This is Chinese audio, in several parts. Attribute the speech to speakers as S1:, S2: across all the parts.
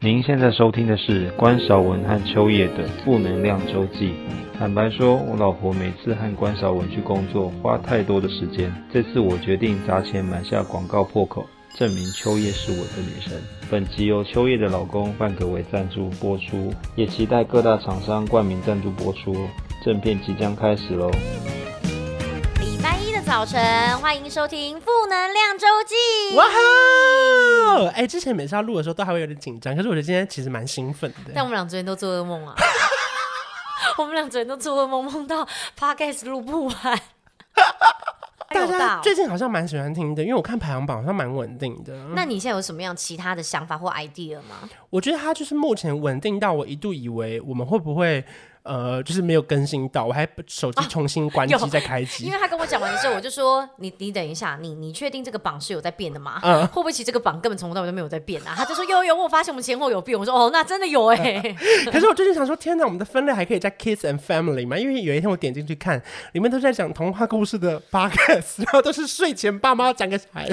S1: 您现在收听的是关少文和秋叶的《负能量周记》。坦白说，我老婆每次和关少文去工作花太多的时间，这次我决定砸钱买下广告破口，证明秋叶是我的女神。本集由秋叶的老公范可为赞助播出，也期待各大厂商冠名赞助播出哦。正片即将开始喽！
S2: 礼拜一的早晨，欢迎收听《负能量周记》。
S3: 哇吼！哎、之前每次要录的时候都还会有点紧张，可是我觉得今天其实蛮兴奋
S2: 但
S3: 的。
S2: 我们俩昨天都做噩梦 啊，我们俩昨天都做噩梦，梦到 podcast 录不完。
S3: 大
S2: 还有大
S3: 家
S2: 哦
S3: 最近好像蛮喜欢听的，因为我看排行榜好像蛮稳定的。
S2: 那你现在有什么样其他的想法或 idea 吗？
S3: 我觉得它就是目前稳定到我一度以为我们会不会呃，就是没有更新到，我还手机重新 关
S2: 有
S3: 机再开机
S2: 因。为他跟我讲完的时候，我就说：“你你等一下，你你确定这个榜是有在变的吗？
S3: 嗯
S2: 会不会其实这个榜根本从头到尾都没有在变啊？”他就说：“有有，我有发现我们前后有变。”我说：“哦，那真的有哎、
S3: 可是我最近想说，天哪，我们的分类还可以在 Kids and Family 吗？因为有一天我点进去看，里面都在讲童话故事的 podcast，然后都是睡前爸妈讲给小孩。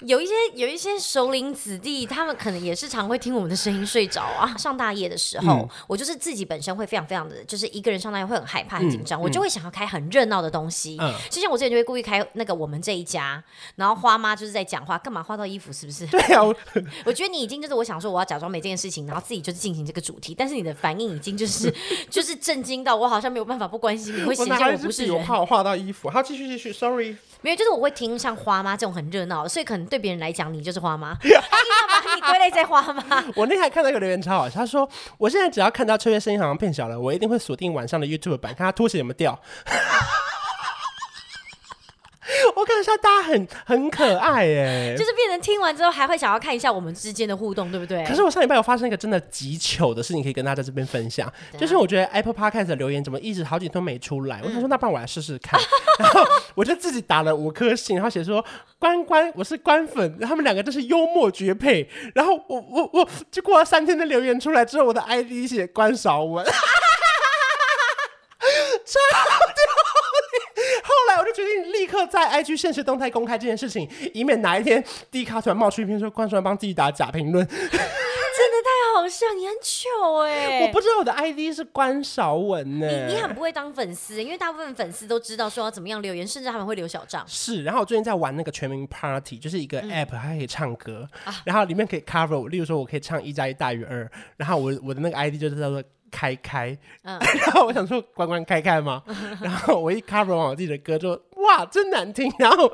S2: 有一些有一些熟龄子弟，他们可能也是常会听我们的声音睡着啊。 上大夜的时候，
S3: 嗯
S2: 我就是自己本身会非常非常的，就是一个人上大夜会很害怕、很紧张，我就会想要开很热闹的东西。
S3: 嗯
S2: 就像我之前就会故意开那个我们这一家，然后花妈就是在讲话，干嘛花到衣服是不是？
S3: 对啊， 我
S2: 我觉得你已经就是我想说我要假装没这件事情，然后自己就是进行这个主题，但是你的反应已经就是 就是震惊到我好像没有办法不关心你，会
S3: 我
S2: 显
S3: 拿
S2: 现
S3: 了
S2: 我
S3: 一支
S2: 不是
S3: 笔，我
S2: 人。
S3: 怕我画到衣服。好，继续继续，Sorry。
S2: 没有，就是我会听像花妈这种很热闹的，所以可能对别人来讲你就是花 妈，他一定要把你归类在花妈。
S3: 我那天还看到一个留言超好笑，他说我现在只要看到秋月声音好像变小了，我一定会锁定晚上的 YouTube 版，看他拖鞋有没有掉。 我感觉大家很很可爱耶、
S2: 就是变成听完之后还会想要看一下我们之间的互动，对不对？
S3: 可是我上礼拜有发生一个真的极糗的事情，可以跟大家在这边分享，
S2: 怎样
S3: 就是我觉得 Apple Podcast 的留言怎么一直好几天都没出来，我想说
S2: 嗯
S3: 那不然我来试试看，然后我就自己打了五颗星，然后写说关关我是关粉，他们两个真是幽默绝配，然后我我我就过了三天的留言出来之后，我的 ID 写关少文。超丢脸！后来我就决定立刻在 IG 现实动态公开这件事情，以免哪一天 D 卡突然冒出一篇说关少文帮自己打假评论，
S2: 真的太好笑，你很糗哎、
S3: 我不哎知道我的 ID 是关少文呢、
S2: 你你很不会当粉丝，因为大部分粉丝都知道说要怎么样留言，甚至他们会留小账。
S3: 是，然后我最近在玩那个全民 Party，就是一个
S2: 嗯
S3: app，它可以唱歌，
S2: 啊
S3: 然后里面可以 cover 我，例如说我可以唱一加一大于二，然后我我的那个 ID 就是叫做开开，
S2: 嗯
S3: 然后我想说关关开开 嘛，然后我一 cover 完我自己的歌之后，哇，真难听，然后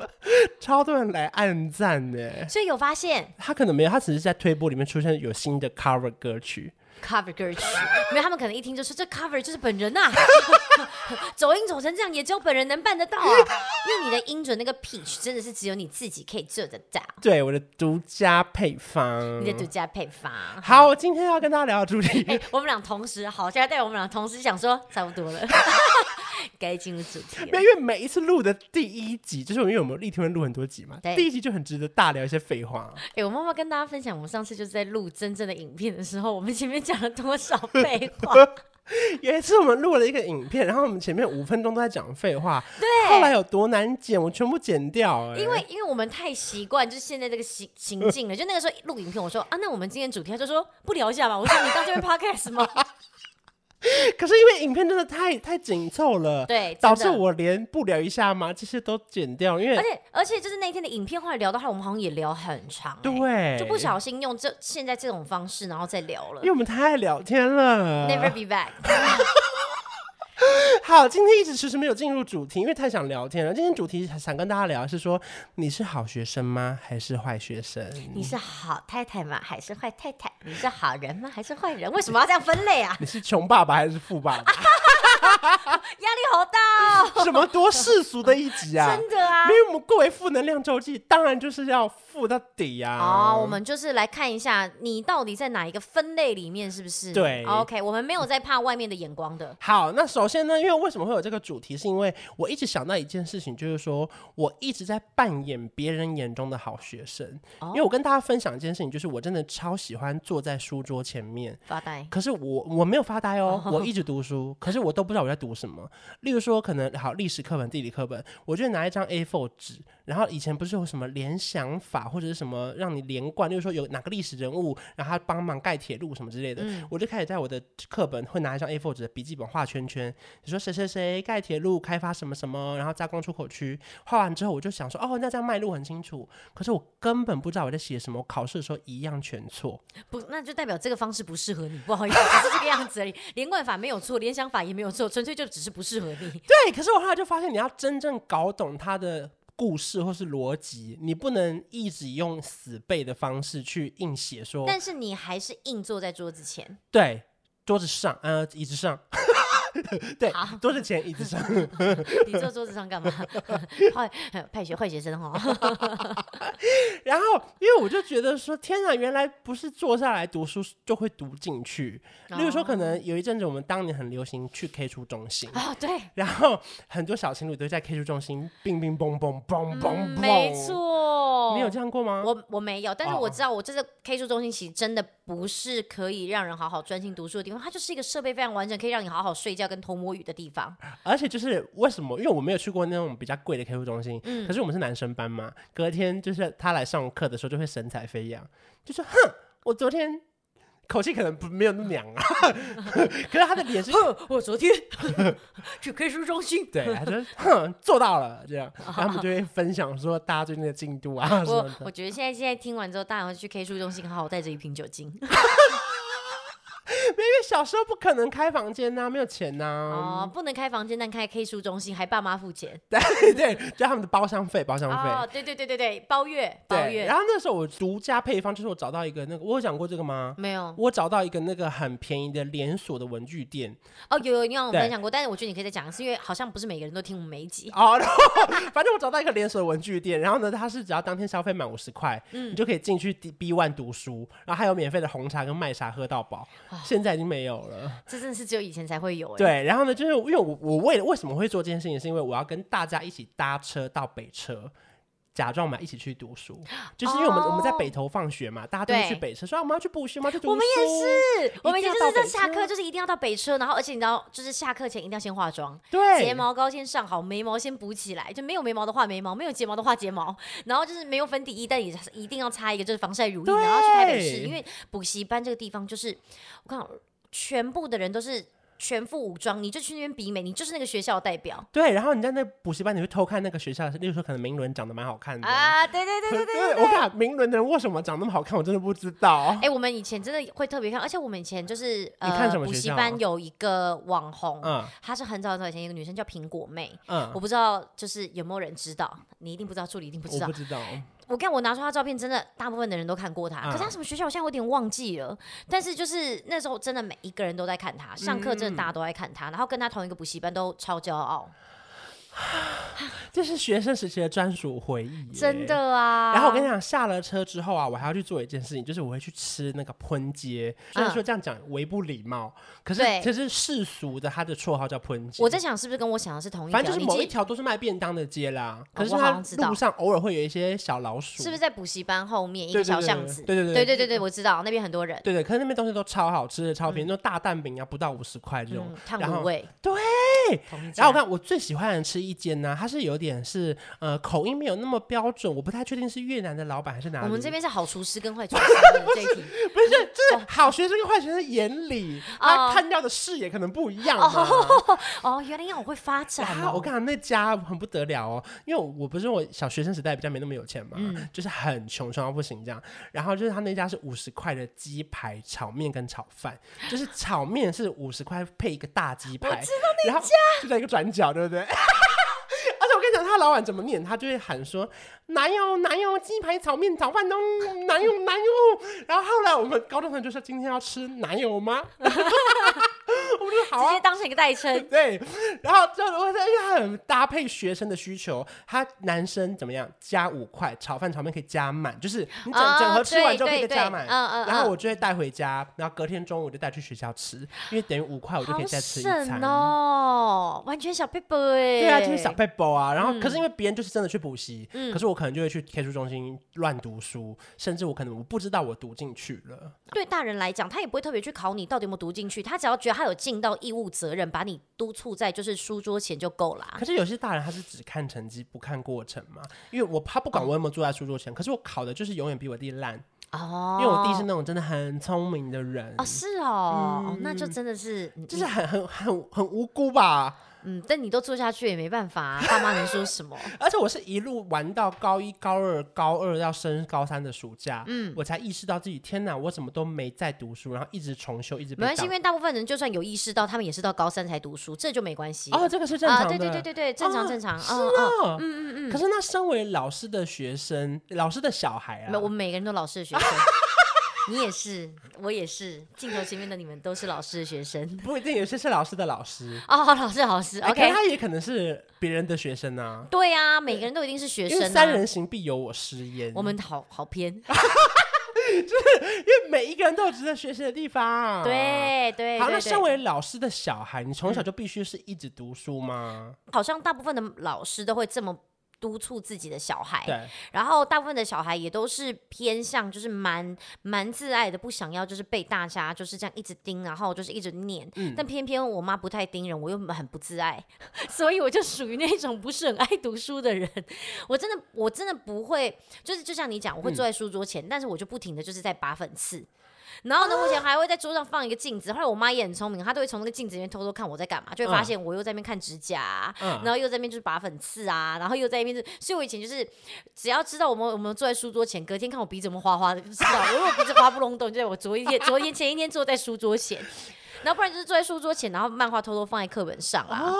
S3: 超多人来暗赞呢。
S2: 所以有发现
S3: 他可能没有，他只是在推播里面出现有新的 cover 歌曲，
S2: cover 歌曲，没有他们可能一听就说这 cover 就是本人呐、 走音走成这样，也只有本人能办得到 啊。因为你的音准那个 pitch 真的是只有你自己可以做得到，
S3: 对我的独家配方
S2: 你。的独家配方。
S3: 好，我今天要跟大家聊的主题
S2: 哎、我们俩同时好，现在对我们俩同时想说差不 多了，该进入主题
S3: 没
S2: 了
S3: 有，。因为每一次录的第一集，就是因为我们立天会录很多集嘛，
S2: 对
S3: 第一集就很值得大聊一些废话。啊
S2: 哎、我妈妈跟大家分享，我们上次就是在录真正的影片的时候，我们前面讲了多少废 话？
S3: 哎有一次我们录了一个影片，然后我们前面五分钟都在讲废话，
S2: 对
S3: 后来有多难剪，我全部剪掉、哎
S2: 因为因为我们太习惯就是现在这个行行径了，就那个时候录影片，我说啊，那我们今天主题，他就说不聊一下吧。我说你当这边 podcast 吗？
S3: 可是因为影片真的太太紧凑了，
S2: 对真的
S3: 导致我连不聊一下吗这些都剪掉，因为
S2: 而且而且就是那天的影片，后来聊到后来，我们好像也聊很长、欸，
S3: 对
S2: 就不小心用这现在这种方式，然后再聊了
S3: 因为。我们太爱聊天了。
S2: Never be back。
S3: 好，今天一直迟迟没有进入主题，因为太想聊天了。今天主题想跟大家聊的是说，你是好学生吗？还是坏学生？
S2: 你是好太太吗？还是坏太太？你是好人吗？还是坏人？为什么要这样分 类啊？
S3: 你是穷爸爸还是富爸爸？
S2: 压力好大哦！
S3: 什么多世俗的一集啊！
S2: 真的啊
S3: 因。为我们各为负能量周记，当然就是要负到底啊。
S2: 哦，我们就是来看一下你到底在哪一个分类里面，是不是？
S3: 对
S2: ，OK，我们没有在怕外面的眼光 的。
S3: 好，那首先呢，因为为什么会有这个主题，是因为我一直想到一件事情，就是说我一直在扮演别人眼中的好学生。
S2: 哦
S3: 因为我跟大家分享一件事情，就是我真的超喜欢坐在书桌前面，
S2: 发呆。
S3: 可是我我没有发呆哦，我一直读书，可是我都不知道我在读什么。例如说，可能好历史课本、地理课本，我就拿一张 A4 纸，然后以前不是有什么联想法或者是什么让你连贯，例如说有哪个历史人物，然后他帮忙盖铁路什么之类的，我就开始在我的课本会拿一张 A4 纸的笔记本画圈圈，你说谁谁谁盖铁路开发什么什么，然后加工出口区，画完之后我就想说，哦，那这样脉络很清楚，可是我根本不知道我在写什么，我考试的时候一样全错，
S2: 不，那就代表这个方式不适合你，不好意思，只是这个样子而 已。连贯法没有错，联想法也没有错，纯粹就只是不适合你。
S3: 对，可是我后来就发现，你要真正搞懂它的故事或是逻辑，你不能一直用死背的方式去硬写说，
S2: 但是你还是硬坐在桌子前，
S3: 对，桌子上，呃，椅子上。 对，桌子前，椅子上，
S2: 你坐桌子上 干嘛？坏派学坏学生哦，
S3: 然后因为我就觉得说，天啊，原来不是坐下来读书就会读进去。例如说，可
S2: 哦
S3: 能有一阵子我们当年很流行去 K 书中心，
S2: 啊、对，
S3: 然后很多小情侣都在 K 书中心冰冰蹦蹦蹦蹦蹦，
S2: 嗯没，错，
S3: 你有这样过吗？
S2: 我我没有，但是
S3: 哦
S2: 我知道，我这个 K 书中心其实真的不是可以让人好好专心读书的地方，它就是一个设备非常完整，可以让你好好睡觉跟偷摸鱼的地方。
S3: 而且就是为什么？因为我没有去过那种比较贵的 K 书中心，
S2: 嗯
S3: 可是我们是男生班嘛，隔天就是他来上课的时候就会神采飞扬，就说：“哼，我昨天口气可能不没有那么娘 啊，可是他的脸是。”
S2: 哼，我昨 天去 K 书中心，
S3: 对， 他说：“哼，做到了。”这 样，然后我们就会分享说大家最近的进度啊什么
S2: 我
S3: 的。
S2: 我觉得现在现在听完之后，大家要去 K 书中心好好带着一瓶酒精。
S3: 嗯因为小时候不可能开房间呐、没有钱呐、
S2: 哦，不能开房间，但开 K 书中心，还爸妈付钱。
S3: 对对，就他们的包厢费，包厢费。
S2: 哦，对对对对对，包月包
S3: 对，
S2: 月
S3: 然后那时候我独家配方就是我找到一个那个，我有讲过这个吗？
S2: 没有
S3: 我找到一个那个很便宜的连锁的文具店，
S2: 哦，有有你让我
S3: 对
S2: 分享过，但是我觉得你可以再讲一次，因为好像不是每个人都听我们每一集。
S3: 哦， 然后反正我找到一个连锁的文具店，然后呢，它是只要当天消费满五十块，
S2: 嗯
S3: 你就可以进去 D- B One 读书，然后还有免费的红茶跟麦茶喝到饱，现在已经没有了。
S2: 这真的是只有以前才会有哎、
S3: 对，然后呢，就是因为我我为了为什么会做这件事情，是因为我要跟大家一起搭车到北车。假装嘛，一起去读书，就是因为我们、我们在北头放学嘛，大家都会去
S2: 哦对
S3: 北车，说、啊、我们要去补习，我们要去读书。
S2: 我们也是，我们以前就是在下
S3: 一定要到北车
S2: 课就是一定要到北车，然后而且你知道，就是下课前一定要先化妆，
S3: 对
S2: 睫毛膏先上好，眉毛先补起来，就没有眉毛的画眉毛，没有睫毛的画睫毛，然后就是没有粉底液，但也是一定要擦一个就是防晒乳液，
S3: 对
S2: 然后去台北市，因为补习班这个地方就是我看全部的人都是。全副武装，你就去那边比美，你就是那个学校的代表
S3: 对，然后你在那补习班，你会偷看那个学校，例如说可能明伦长得蛮好看的，
S2: 啊！对对对对对
S3: 对，我看明伦的人为什么长那么好看，我真的不知道。
S2: 哎、我们以前真的会特别看，而且我们以前就是
S3: 你看
S2: 呃，
S3: 什么
S2: 补
S3: 学
S2: 习
S3: 校啊
S2: 班有一个网红，
S3: 嗯
S2: 她是很早很早以前一个女生叫苹果妹。
S3: 嗯，
S2: 我不知道，就是有没有人知道？你一定不知道，助理一定不知
S3: 我
S2: 道
S3: 不。知道。
S2: 我看我拿出她照片，真的大部分的人都看过她。可是她
S3: 嗯
S2: 什么学校，我现在有点忘记了。但是就是那时候，真的每一个人都在看她，上课真的大
S3: 嗯
S2: 家都在看她，然后跟她同一个补习班都超骄傲，
S3: 这是学生时期的专属回忆，
S2: 真。的啊。
S3: 然后我跟你讲，下了车之后啊，我还要去做一件事情，就是我会去吃那个喷街。虽然说这样讲为不礼貌，可是
S2: 嗯对
S3: 可是世俗的，它的绰号叫喷街。
S2: 我在想是不是跟我想的是同一条？
S3: 反正就是
S2: 你
S3: 某
S2: 记哦
S3: 一条都是卖便当的街啦，可是
S2: 我好
S3: 它
S2: 像知道
S3: 路上偶尔会有一些小老鼠，
S2: 是不是在补习班后面一
S3: 对
S2: 个
S3: 对
S2: 小
S3: 对
S2: 巷子？
S3: 对对对
S2: 对对对对，我知道那边很多人。
S3: 对对，可是那边东西都超好吃的，超便宜，那种大蛋饼啊，不到五十块这种
S2: 嗯，，烫
S3: 然后
S2: 卤味，
S3: 对，
S2: 同一家
S3: 然后我看我最喜欢的吃一间呢、它是有点是呃口音没有那么标准，我不太确定是越南的老板还是哪里。
S2: 我们这边是好厨师跟坏厨 师的这一题。
S3: 不是，就是好学生跟坏学生眼里，他
S2: 哦
S3: 看到的视野可能不一样嘛。
S2: 哦，原来要我会发展
S3: 然
S2: 哦
S3: 后。我跟你讲，那家很不得了哦，因为我我不是我小学生时代比较没那么有钱嘛，
S2: 嗯
S3: 就是很穷，穷到不行这样。然后就是他那家是五十块的鸡排炒面跟炒饭，就是炒面是五十块配一个大鸡排，然后就在一个转角，对不 对？而且我跟你讲，他老板怎么念，他就会喊说“哪有哪有鸡排炒面炒饭都哪有哪有”。然后后来我们高中同学就说：“今天要吃奶油吗？” 我们就说好
S2: 直
S3: 啊
S2: 接，当成一个代称，
S3: 对，然后就我在，因为它很搭配学生的需求，他男生怎么样加五块炒饭炒面可以加满，就是你整、整
S2: 哦
S3: 盒吃完
S2: 对
S3: 之后可以
S2: 对
S3: 再加
S2: 对
S3: 满，
S2: 嗯嗯
S3: 然后
S2: 嗯
S3: 我就会带回家，然后隔天中午我就带去学校吃，因为等于五块我就可以
S2: 好
S3: 再吃一
S2: 省
S3: 餐。
S2: 哦，完全小 paper 哎。
S3: 对啊，就是小。背包啊，然后可是
S2: 嗯
S3: 因为别人就是真的去补习，可是我可能就会去 K 书中心乱读书，甚至我可能我不知道我读进去了。
S2: 对大人来讲，他也不会特别去考你到底有没有读进去，他只要觉得他有尽尽到义务责任，把你督促在就是书桌前就够啦
S3: 可。是有些大人他是只看成绩不看过程嘛，因为我他不管我有没有坐在书桌前，可是我考的就是永远比我弟烂，
S2: 哦，
S3: 因为我弟是那种真的很聪明的人，
S2: 哦是哦、哦那就真的是嗯
S3: 就是很很很很无辜吧。
S2: 嗯，但你都做下去也没办法、啊，爸妈能说什 么？
S3: 而且我是一路玩到高一、高二、高二要升高三的暑假，嗯，我才意识到自己天哪，我怎么都没在读书，然后一直重修，一直被
S2: 没关系，
S3: 挡
S2: 因为大部分人就算有意识到，他们也是到高三才读书，这就没关系。
S3: 哦，这个是正常的，
S2: 啊，对对对对对，正常
S3: 哦
S2: 正常，
S3: 是
S2: 嗯嗯。
S3: 啊，嗯嗯嗯。可是那身为老师的学生，老师的小孩啊，
S2: 没，我们每个人都老师的学 生，你也是，我也是，镜头前面的你们都是老师的学 生。
S3: 不一定，有些是老师的老师
S2: 哦，老师老师
S3: 哎可是
S2: ，OK，
S3: 他也可能是别人的学生啊，
S2: 对啊，每个人都一定是学
S3: 因为
S2: 生、
S3: 三
S2: 啊。
S3: 人行啊必有我师焉，
S2: 我们好好偏，
S3: 因为每一个人都有值得学习的地方，。
S2: 对对
S3: 好，那
S2: 对嗯
S3: 身
S2: 对，
S3: 为老师的小孩，你从小就必须是一直读书吗？
S2: 好像大部分的老师都会这么督促自己的小孩，
S3: 对，
S2: 然后大部分的小孩也都是偏向就是蛮蛮自爱的，不想要就是被大家就是这样一直盯，然后就是一直念。
S3: 嗯
S2: 但偏偏我妈不太盯人，我又很不自爱， 所以我就属于那种不是很爱读书的人。我真的我真的不会，就是就像你讲，我
S3: 嗯
S2: 会坐在书桌前，但是我就不停的就是在拔粉刺。然后呢，我以前还会在桌上放一个镜子，后来我妈也很聪明，她都会从那个镜子里面偷偷看我在干嘛，就会发
S3: 嗯
S2: 现我又在那边看指甲啊、
S3: 嗯
S2: 然后又在那边就是拔粉刺啊，然后又在那边就是，所以我以前就是只要知道我们我们坐在书桌前，隔天看我鼻子有没有花花的，就知道 我如果鼻子花不隆咚，就在我昨一天昨天前一天坐在书桌前，然后不然就是坐在书桌前，然后漫画偷偷放在课本上啊。
S3: 哦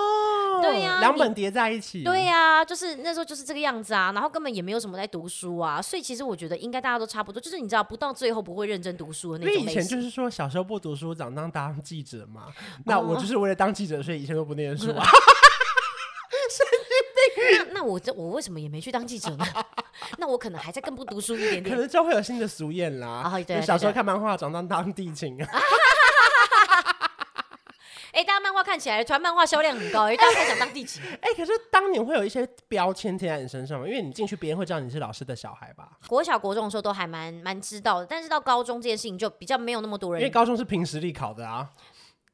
S2: 对呀
S3: 两
S2: 你
S3: 本叠在一起，
S2: 对呀、就是那时候就是这个样子啊，然后根本也没有什么在读书啊，所以其实我觉得应该大家都差不多，就是你知道不到最后不会认真读书的
S3: 因
S2: 那
S3: 为
S2: 种
S3: 以
S2: 类
S3: 前
S2: 型。
S3: 就是说小时候不读书，长大当记者嘛。
S2: 哦
S3: 那我就是为了当记者，所以以前都不念书 啊。
S2: 那那我这我为什么也没去当记者呢？ 那我可能还在更不读书一点
S3: 可
S2: 点。
S3: 能就会有新的俗谚啦。
S2: 啊对对
S3: 就小时候
S2: 对
S3: 看漫画，长大当地勤 啊。
S2: 哎、大家漫画看起来，团漫画销量很高、哎，大家太想当地勤。
S3: 哎，可是当年会有一些标签贴在你身上嘛，因为你进去，别人会知道你是老师的小孩吧？
S2: 国小国中的时候都还蛮蛮知道的，但是到高中这件事情就比较没有那么多
S3: 因为
S2: 人。
S3: 高中是凭实力考的啊，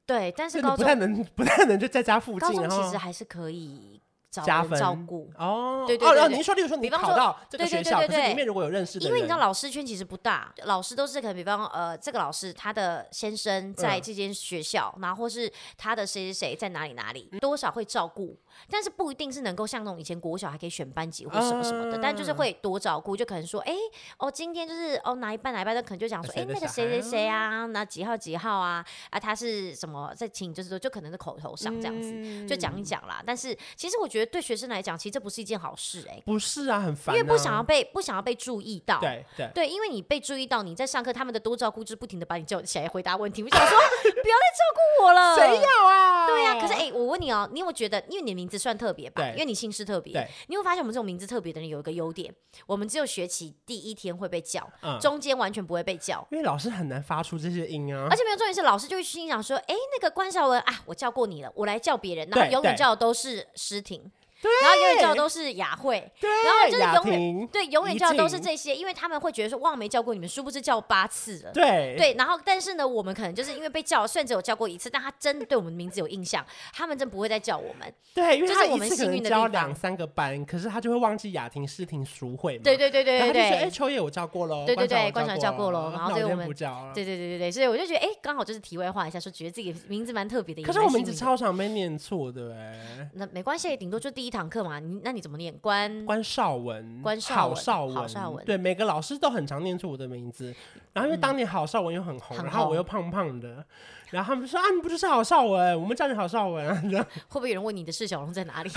S2: 对，但
S3: 所
S2: 是
S3: 以你
S2: 高
S3: 不
S2: 中
S3: 太能不太能就在家附
S2: 高
S3: 近，
S2: 中
S3: 然
S2: 其
S3: 后
S2: 实还是可以找
S3: 加
S2: 人
S3: 分
S2: 照顾。
S3: 哦，
S2: 对对
S3: 哦
S2: 对
S3: 哦，
S2: 对
S3: 您说，例如说你
S2: 比方
S3: 考
S2: 说
S3: 到这个
S2: 对对
S3: 学
S2: 对
S3: 校，
S2: 对
S3: 可是里
S2: 对
S3: 面如果有认识的人，
S2: 因为你知道，老师圈其实不大，老师都是可能，比方呃，这个老师他的先生在
S3: 嗯
S2: 这间学校，然后或是他的谁谁谁在哪里哪里，多少会照顾，但是不一定是能够像那种以前国小还可以选班级或什么什么的，但就是
S3: 啊
S2: 会多照顾，就可能说，哎、哦，今天就是哦哪一班哪一班，那可能就讲说，哎、
S3: 谁的
S2: 那个
S3: 小
S2: 谁谁
S3: 孩
S2: 谁啊，那几号几号啊，啊他是什么在请，就是说就可能是口头上这样子。就
S3: 嗯
S2: 讲一讲啦，但是其实我觉得对学生来讲，其实这不是一件好事哎、
S3: 不是啊，很烦
S2: 因
S3: 啊，
S2: 为不想要被不想要被注意到。
S3: 对对，
S2: 对，因为你被注意到，你在上课，他们的多照顾就是不停的把你叫起来回答问题。我 想说，不要再照顾我了。
S3: 谁要啊？
S2: 对呀、可是哎、我问你哦，你有没有觉得，因为你的名字算特别吧？
S3: 对
S2: 因为你姓氏特别
S3: 对，
S2: 你有没有发现我们这种名字特别的人有一个优点，我们只有学期第一天会被叫，
S3: 嗯
S2: 中间完全不会被叫。
S3: 因为老师很难发出这些音啊
S2: 而。且没有重点是，老师就会心想说：“哎、那个关少文啊，我叫过你了，我来叫别人。”然后
S3: 对
S2: 永远
S3: 对
S2: 叫的都是诗婷，
S3: 对
S2: 然后永远叫的都是雅慧，
S3: 对，
S2: 然后就是
S3: 雅
S2: 永远
S3: 婷
S2: 对，永远
S3: 怡
S2: 叫的都是
S3: 静
S2: 这些，因为他们会觉得说：“哇，没叫过你们，殊不知叫八次了。”
S3: 对
S2: 对，然后但是呢，我们可能就是因为被叫，虽然只有叫过一次，但他真的对我们名字有印象，他们真不会再叫我们。
S3: 对，因为
S2: 这
S3: 他
S2: 是我
S3: 一
S2: 们
S3: 次可
S2: 幸
S3: 能
S2: 运的
S3: 教
S2: 地方
S3: 两三个班，可是他就会忘记雅婷、诗婷、淑慧嘛。
S2: 对对对对
S3: 然
S2: 对
S3: 后他就说：“哎，
S2: 对。
S3: 秋叶我教过喽，
S2: 对对对
S3: 关
S2: 关
S3: 晓
S2: 晓教过
S3: 喽，
S2: 咯然后
S3: 那
S2: 所以我
S3: 我今天
S2: 们
S3: 不教了。”
S2: 对对对对对，所以我就觉得，哎，刚好就是题外话一下，说觉得自己名字蛮特别的，也
S3: 可是
S2: 蛮
S3: 我们一
S2: 幸
S3: 直
S2: 运的
S3: 超常被念错的，哎，
S2: 那没关系，顶多就第一堂课嘛。你那你怎么念？关
S3: 关少文、
S2: 关少
S3: 郝
S2: 文
S3: 少
S2: 郝少文嗯
S3: 对，每个老师都很常念错我的名字。然后因为当年郝少文又很红，
S2: 很
S3: 然后我
S2: 红
S3: 又胖胖的，然后他们就说：“啊，你不就是郝少文？我们叫你郝少文啊。” 然后
S2: 会不会有人问你的释小龙在哪 里？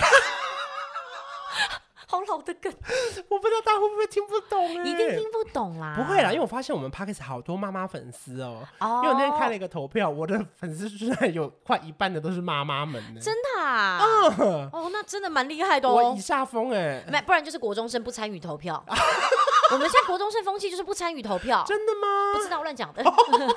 S2: 好老的梗，
S3: 我不知道大家会不会听不懂，哎
S2: 你一定听不懂啦。
S3: 不会啦，因为我发现我们 p a c k e s 好多妈妈粉丝哦、
S2: 哦
S3: 因为我那天看了一个投票，我的粉丝居然有快一半的都是妈妈们呢、
S2: 真的啊，哦，那真的蛮厉害的
S3: 嗯我
S2: 哦
S3: 以。下风哎、
S2: 没，不然就是国中生不参与投票。我们现在国中生风气就是不参与投票，
S3: 真的
S2: 不
S3: 吗？
S2: 知道我乱讲的。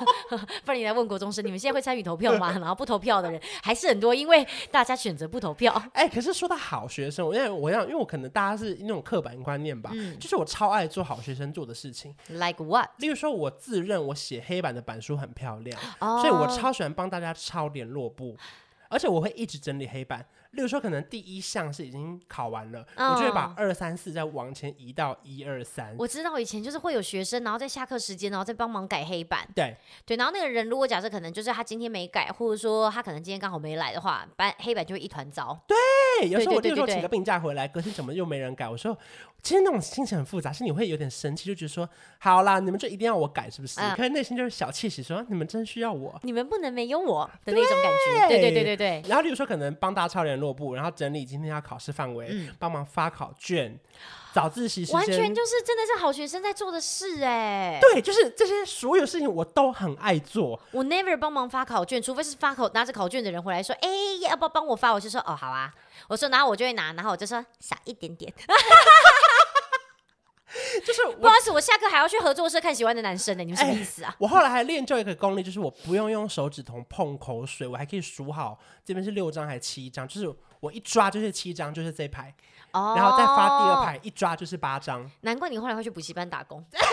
S2: 不然你来问国中生，你们现在会参与投票吗？然后不投票的人还是很多，因为大家选择不投票。
S3: 哎、可是说到好学生，我因为我要，因为我可能大家是那种刻板观念吧，
S2: 嗯
S3: 就是我超爱做好学生做的事情。
S2: Like what？
S3: 例如说，我自认我写黑板的板书很漂亮，
S2: 哦
S3: 所以我超喜欢帮大家抄联络簿，而且我会一直整理黑板。例如说，可能第一项是已经考完了，我就会把
S2: 哦
S3: 二三四再往前移到一二三。
S2: 我知道以前就是会有学生，然后在下课时间，然后再帮忙改黑板。
S3: 对，
S2: 对，然后那个人如果假设可能就是他今天没改，或者说他可能今天刚好没来的话，白黑板就会一团糟。
S3: 哎，有时候我
S2: 对对对
S3: 例如说
S2: 对
S3: 请个病假回来，隔天怎么又没人改？我说，其实那种心情很复杂，是你会有点生气，就觉得说，好啦，你们就一定要我改，是不是？
S2: 嗯
S3: 可是内心就是小窃喜，说啊你们真需要我。
S2: 你们不能没有我的那种感觉。对对对对对，
S3: 然后，例如说，可能帮大家抄联络簿，然后整理今天要考试范围，帮忙发考卷，早自习时
S2: 嗯
S3: 间，
S2: 完全就是真的是好学生在做的事哎、
S3: 对，就是这些所有事情我都很 爱做，
S2: 我 never 帮忙发考卷，除非是发考拿着考卷的人回来说，哎、要不要帮我发？我就说哦好啊，我说然后我就会拿，然后我就说少一点 点。
S3: 就是
S2: 不
S3: 我。
S2: 好意思，我下课还要去合作社看喜欢的男生呢、你们什么意思啊？
S3: 我后来还练就一个功力，就是我不用用手指头碰口水，我还可以数好这边是六张还是七张，就是我一抓就是七张，就是这一排，
S2: 哦，
S3: 然后再发第二排，一抓就是八张。
S2: 难怪你后来会去补习班打工。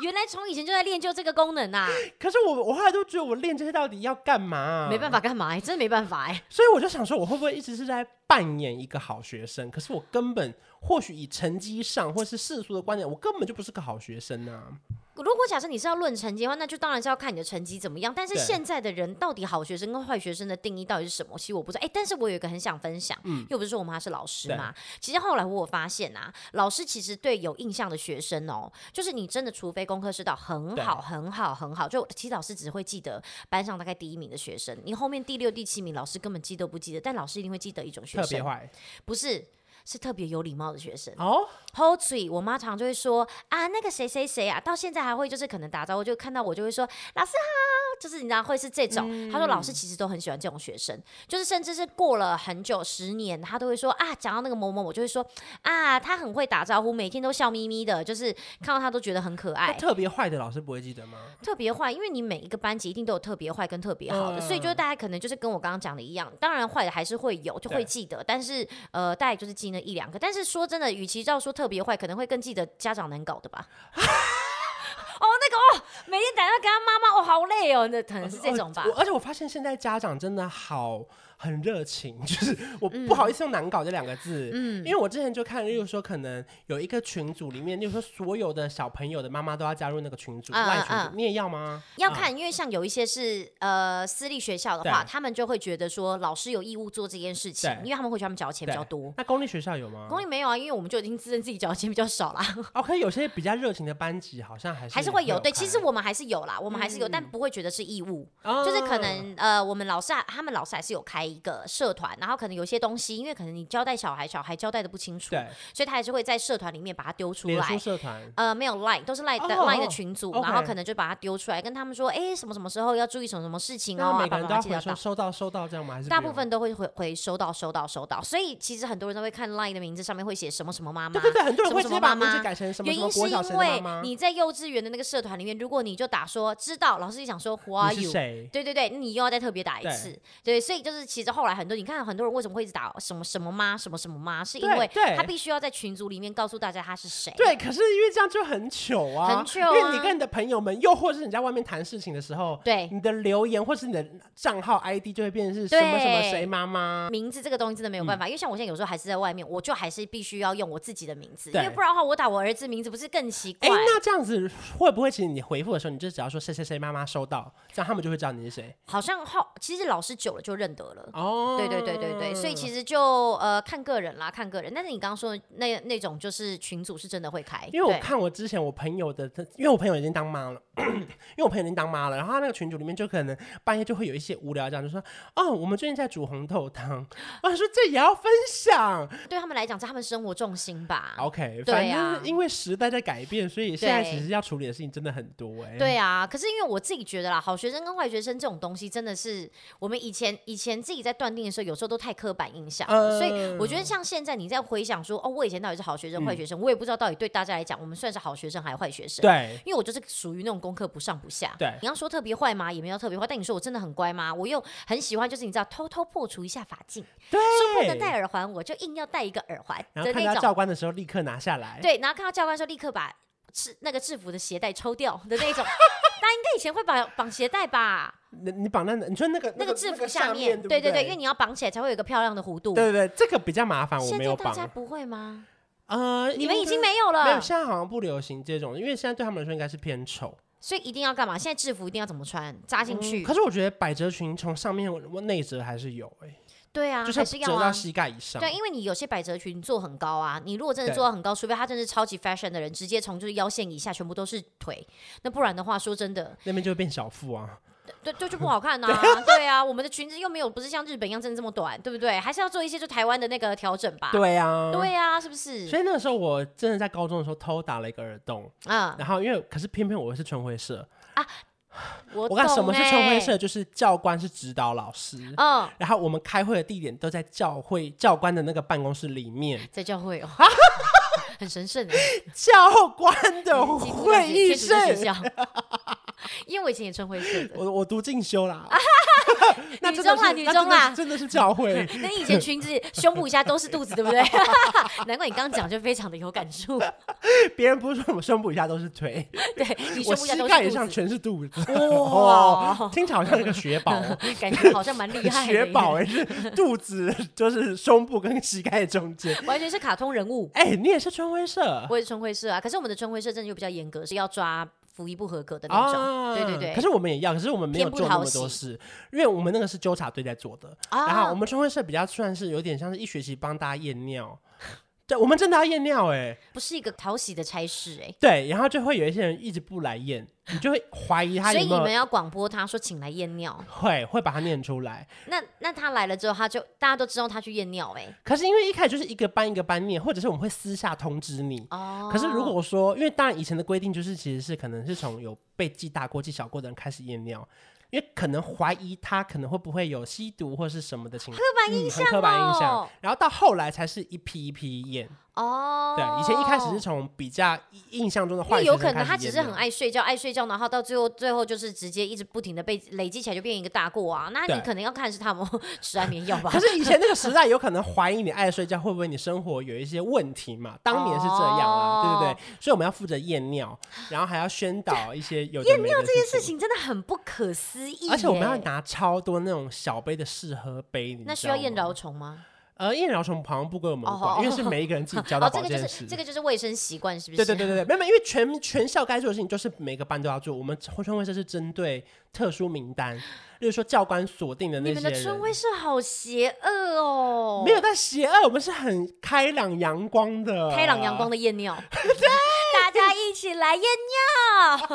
S2: 原来从以前就在练就这个功能啊，
S3: 可是我我后来都觉得我练这些到底要干嘛、啊
S2: 没办
S3: 法，
S2: 法干嘛、欸？真的没办法哎、
S3: 所以我就想说，我会不会一直是在扮演一个好学生？可是我根本或许以成绩上或是世俗的观点，我根本就不是个好学生啊呐、
S2: 如果假设你是要论成绩的话，那就当然是要看你的成绩怎么样。但是
S3: 对
S2: 现在的人到底好学生跟坏学生的定义到底是什么？其实我不知道。哎、但是我有一个很想分享，
S3: 嗯
S2: 又不是说我妈是老师嘛。其实后来我有发现啊，老师其实对有印象的学生哦，就是你真的除非功课是到很好、很好、很好，就其实老师只会记得班上大概第一名的学生，你后面第六、第七名老师根本记都不记得，但老师一定会记得一种学
S3: 特别
S2: 生，
S3: 坏
S2: 不是。是特别有礼貌的学生，
S3: 哦，
S2: hold 嘴，我妈常就会说啊，那个谁谁谁啊，到现在还会就是可能打招呼，就看到我就会说老师好，就是你知道会是这种。她说老师其实都很喜欢这种学生，就是甚至是过了很久十年，她都会说啊，讲到那个某某，我就会说啊，他很会打招呼，每天都笑眯眯的，就是看到他都觉得很可
S3: 那
S2: 爱。
S3: 特别坏的老师不会记得吗？
S2: 特别坏，因为你每一个班级一定都有特别坏跟特别好的，
S3: 嗯
S2: 所以就是大家可能就是跟我刚刚讲的一样，当然坏的还是会有，就会
S3: 对
S2: 记得，但是呃，大概就是记那一两个。但是说真的，与其照说特别坏，可能会更记得家长难搞的吧。 哦，那个哦，每天打电话给他妈妈，哦，好累哦，那可能是这种吧
S3: 我。而且我发现现在家长真的好很热情， 就是我
S2: 嗯
S3: 不好意思用难搞这两个字，嗯，因为我之前就看，例如说可能有一个群组里面，例如说所有的小朋友的妈妈都要加入那个群组，
S2: 嗯
S3: 赖群
S2: 嗯
S3: 组，你也要吗？
S2: 要
S3: 啊
S2: 看，因为像有一些是呃私立学校的话，
S3: 对
S2: 他们就会觉得说老师有义务做这件事情，
S3: 对
S2: 因为他们会觉得他们缴的钱比较
S3: 对
S2: 多。
S3: 那公立学校有吗？
S2: 公立没有啊，因为我们就已经自认自己缴的钱比较少啦。
S3: 哦，可是有些比较热情的班级好像还是
S2: 还是会有对，
S3: 开
S2: 其实我们还是有啦，我们还是有，但不会觉得是义务，就是可。
S3: 嗯哦
S2: 能呃，我们老师啊他们老师还是有开一个社团，然后可能有些东西，因为可能你交代小孩，小孩交代的不清楚，
S3: 对，
S2: 所以他还是会在社团里面把它丢出
S3: 脸书
S2: 来。
S3: 社团，
S2: 呃，没有 line 都是 line 的、
S3: 哦
S2: line 的群组，
S3: OK
S2: 然后可能就把它丢出来，跟他们说，哎，什么什么时候要注意什么什么事情哦，
S3: 那
S2: 啊
S3: 每个
S2: 爸
S3: 人
S2: 爸妈
S3: 都
S2: 妈
S3: 要
S2: 记得
S3: 回
S2: 要打。
S3: 收收到收到这哦样吗？还是
S2: 大
S3: 不
S2: 部
S3: 用
S2: 分都会回回收到收到收到，所以其实很多人都会看 line 的名字上面会写什么什么妈妈，
S3: 对对对，很多人
S2: 什
S3: 会
S2: 么
S3: 直
S2: 什
S3: 接
S2: 么妈
S3: 把名字
S2: 妈，
S3: 改成什么
S2: 原
S3: 什么
S2: 因
S3: 国
S2: 是
S3: 小谁
S2: 因
S3: 的
S2: 为
S3: 妈妈，
S2: 你在幼稚园的那个社团里面，如果你就打说知道，老师就想说 Who are
S3: 你是
S2: you？
S3: 谁？
S2: 对对对，你又要再特别打一次，对，所以就是其实后来很多，你看很多人为什么会一直打什么什么妈什么什么妈，是因
S3: 对
S2: 为
S3: 对
S2: 他必须要在群组里面告诉大家他是谁。
S3: 对，可是因为这样就很糗啊，
S2: 很糗
S3: 因为
S2: 啊
S3: 你跟你的朋友们，又或是你在外面谈事情的时候，
S2: 对
S3: 你的留言或是你的账号 ID 就会变成是什么什么谁妈妈。
S2: 名字这个东西真的没有办
S3: 嗯
S2: 法，因为像我现在有时候还是在外面，我就还是必须要用我自己的名字，因
S3: 对
S2: 为不然的话我打我儿子名字不是更奇
S3: 哎，
S2: 怪？
S3: 那这样子会不会，其实你回复的时候，你就只要说谁谁谁妈妈收到，这样他们就会知道你是谁。
S2: 好像后其实老师久了就认得了。
S3: 哦，
S2: 对对对对对，所以
S3: 嗯
S2: 其实就呃看个人啦，看个人。但是你刚刚说的那那种就是群组是真的会开，
S3: 因为我
S2: 对
S3: 看我之前我朋友的，因为我朋友已经当妈了，因为我朋友已经当妈了，然后他那个群组里面就可能半夜就会有一些无聊这样，就说哦，我们最近在煮红豆汤，我想说这也要分享
S2: 对他们来讲是他们生活重心吧。
S3: ，OK，
S2: 对
S3: 反
S2: 啊
S3: 正因为时代在改变，所以现在
S2: 对
S3: 其实要处理的事情真的很多，有哎、
S2: 对啊，可是因为我自己觉得啦，好学生跟坏学生这种东西真的是我们以前以前自己在断定的时候，有时候都太刻板印象了，
S3: 嗯嗯
S2: 所以我觉得像现在你在回想说，哦，我以前到底是好学生、坏学生，我也不知道到底对大家来讲，我们算是好学生还是坏学生。
S3: 对
S2: 因为我就是属于那种功课不上不下。
S3: 对
S2: 你要说特别坏吗？也没有特别坏，但你说我真的很乖吗？我又很喜欢，就是你知道偷偷破除一下法镜，
S3: 对，
S2: 说不能戴耳环，我就硬要戴一个耳环
S3: 然后
S2: 的
S3: 看到
S2: 那
S3: 教
S2: 种。
S3: 官的时候立刻拿下来，
S2: 对，然后看到教官说立刻把制那个制服的鞋带抽掉的那 种。大家应该以前会绑绑鞋带吧？
S3: 你你绑在哪你说那个
S2: 那个制服下
S3: 面，
S2: 面，
S3: 不
S2: 对
S3: 对
S2: 对，因为你要绑起来才会有一个漂亮的弧度。
S3: 对对对，这个比较麻烦，我
S2: 现
S3: 没
S2: 在
S3: 有
S2: 大
S3: 绑
S2: 家。不会吗？
S3: 呃，
S2: 你们
S3: 应
S2: 已经
S3: 该
S2: 没有
S3: 没有，
S2: 了，
S3: 现在好像不流行这种，因为现在对他们来说应该是偏丑。
S2: 所以一定要干嘛？现在制服一定要怎么穿？扎进去
S3: 嗯可？是我觉得百褶裙从上面内折还是有哎、
S2: 对啊，
S3: 就
S2: 还
S3: 是
S2: 是
S3: 折
S2: 要
S3: 到
S2: 啊。
S3: 膝盖以上。
S2: 对，因为你有些百褶裙做很高啊，你如果真的
S3: 对
S2: 做到很高，除非他真的是超级 fashion 的人，直接从就是腰线以下全部都是腿，那不然的话，说真的，
S3: 那边就会变小腹啊，
S2: 对，对就不好看呐、啊。 对啊，我们的裙子又没有不是像日本一样真的这么短，对不对？还是要做一些就台湾的那个调整吧。
S3: 对啊，
S2: 对啊，是不是？
S3: 所以那个时候我真的在高中的时候偷打了一个耳洞，
S2: 啊、
S3: 然后因为可是偏偏我是纯灰色，
S2: 我欸
S3: 我
S2: 我
S3: 看什么是纯灰色，？就是教官是指导老师，
S2: 嗯，
S3: 然后我们开会的地点都在教会教官的那个办公室里面，
S2: 在教会哦，很神圣欸的
S3: 教官的
S2: 基督教
S3: 会议
S2: 天主教学
S3: 室，
S2: 校。 因为我以前也穿灰色的，
S3: 我我读进修 啦，那
S2: 女
S3: 真的
S2: 中啦
S3: 是
S2: 女
S3: 那
S2: 中
S3: 真的
S2: 啦
S3: 是真的是教 会，
S2: 那你以前裙子胸部以下都是肚子，对不 对？难怪你刚讲就非常的有感触。
S3: 别人不是说我胸部以下都是腿，
S2: 对，你胸
S3: 我
S2: 部以下
S3: 膝
S2: 都
S3: 盖以
S2: 是
S3: 上
S2: 肚子，
S3: 全是肚子，哦
S2: 哇
S3: 听起来好像一个雪宝哦。
S2: 感觉好像蛮 厉害的耶。
S3: 雪宝哎、是肚子就是胸部跟膝盖中间。
S2: 完全是卡通人物。
S3: 哎、你也是春晖社
S2: 我也是春晖社啊，可是我们的春晖社真的就比较严格，是要抓服役不合格的那种。对对对
S3: 啊可是我们也要，可是我们没有
S2: 偏不
S3: 做那
S2: 讨
S3: 么
S2: 喜啊
S3: 多事，因为我们那个是纠察队在做的。然后我们春晖社比较算是有点像是一学期帮大家验尿。对，我们真的要验尿哎、
S2: 不是一个讨喜的差事哎、
S3: 对，然后就会有一些人一直不来验，你就会怀疑他
S2: 所
S3: 有
S2: 以
S3: 没
S2: 你们
S3: 有
S2: 要广播他说请来验尿。
S3: 会会把它念出来。
S2: 那那他来了之后，他就大家都知道他去验尿哎、
S3: 可是因为一开始就是一个班一个班念，或者是我们会私下通知你，
S2: 哦，
S3: 可是如果说，因为当然以前的规定就是，其实是可能是从有被记大过、记小过的人开始验尿，因为可能怀疑他可能会不会有吸毒或是什么的情况，
S2: 刻板
S3: 嗯
S2: 印象、
S3: 很
S2: 哦
S3: 刻板印象。然后到后来才是一批一批验，
S2: 哦。
S3: 对，以前一开始是。从比较印象中的
S2: 因
S3: 坏
S2: 为
S3: 学
S2: 有
S3: 生
S2: 可
S3: 开
S2: 能
S3: 始
S2: 他只是
S3: 验
S2: 很
S3: 尿，
S2: 爱睡觉，爱睡觉，然后到最后，最后就是直接一直不停的被累积起来，就变一个大过啊。那
S3: 对
S2: 你可能要看是他们 吃安眠药吧
S3: 可？是以前那个时代有可能怀疑你爱睡觉会不会你生活有一些问 题嘛？当年是这样啊，对
S2: 哦
S3: 不对？所以我们要负责验尿，然后还要宣导一些有
S2: 验
S3: 尿
S2: 这件事情真的很不可思议耶，
S3: 而且我们要拿超多那种小杯的试喝杯，你
S2: 那
S3: 知
S2: 需要
S3: 道
S2: 验
S3: 吗
S2: 饶虫吗？
S3: 呃，验饶虫好像不归我们管，
S2: 哦哦
S3: 因为是每一个人自己交 到
S2: 哦，这
S3: 保
S2: 个就
S3: 健
S2: 是
S3: 室。
S2: 这个就是卫生习惯，是不
S3: 对
S2: 是？
S3: 对对对对，没有没有，因为全全校该做的事情就是每个班都要做。我们春晖社是针对特殊名单，例如说教官锁定的那
S2: 你
S3: 些
S2: 们的春
S3: 人，
S2: 晖社好邪恶哦，
S3: 没有但邪恶，我们是很开朗阳光的，
S2: 开朗阳光的
S3: 的。
S2: 夜 尿，大家一起来夜尿，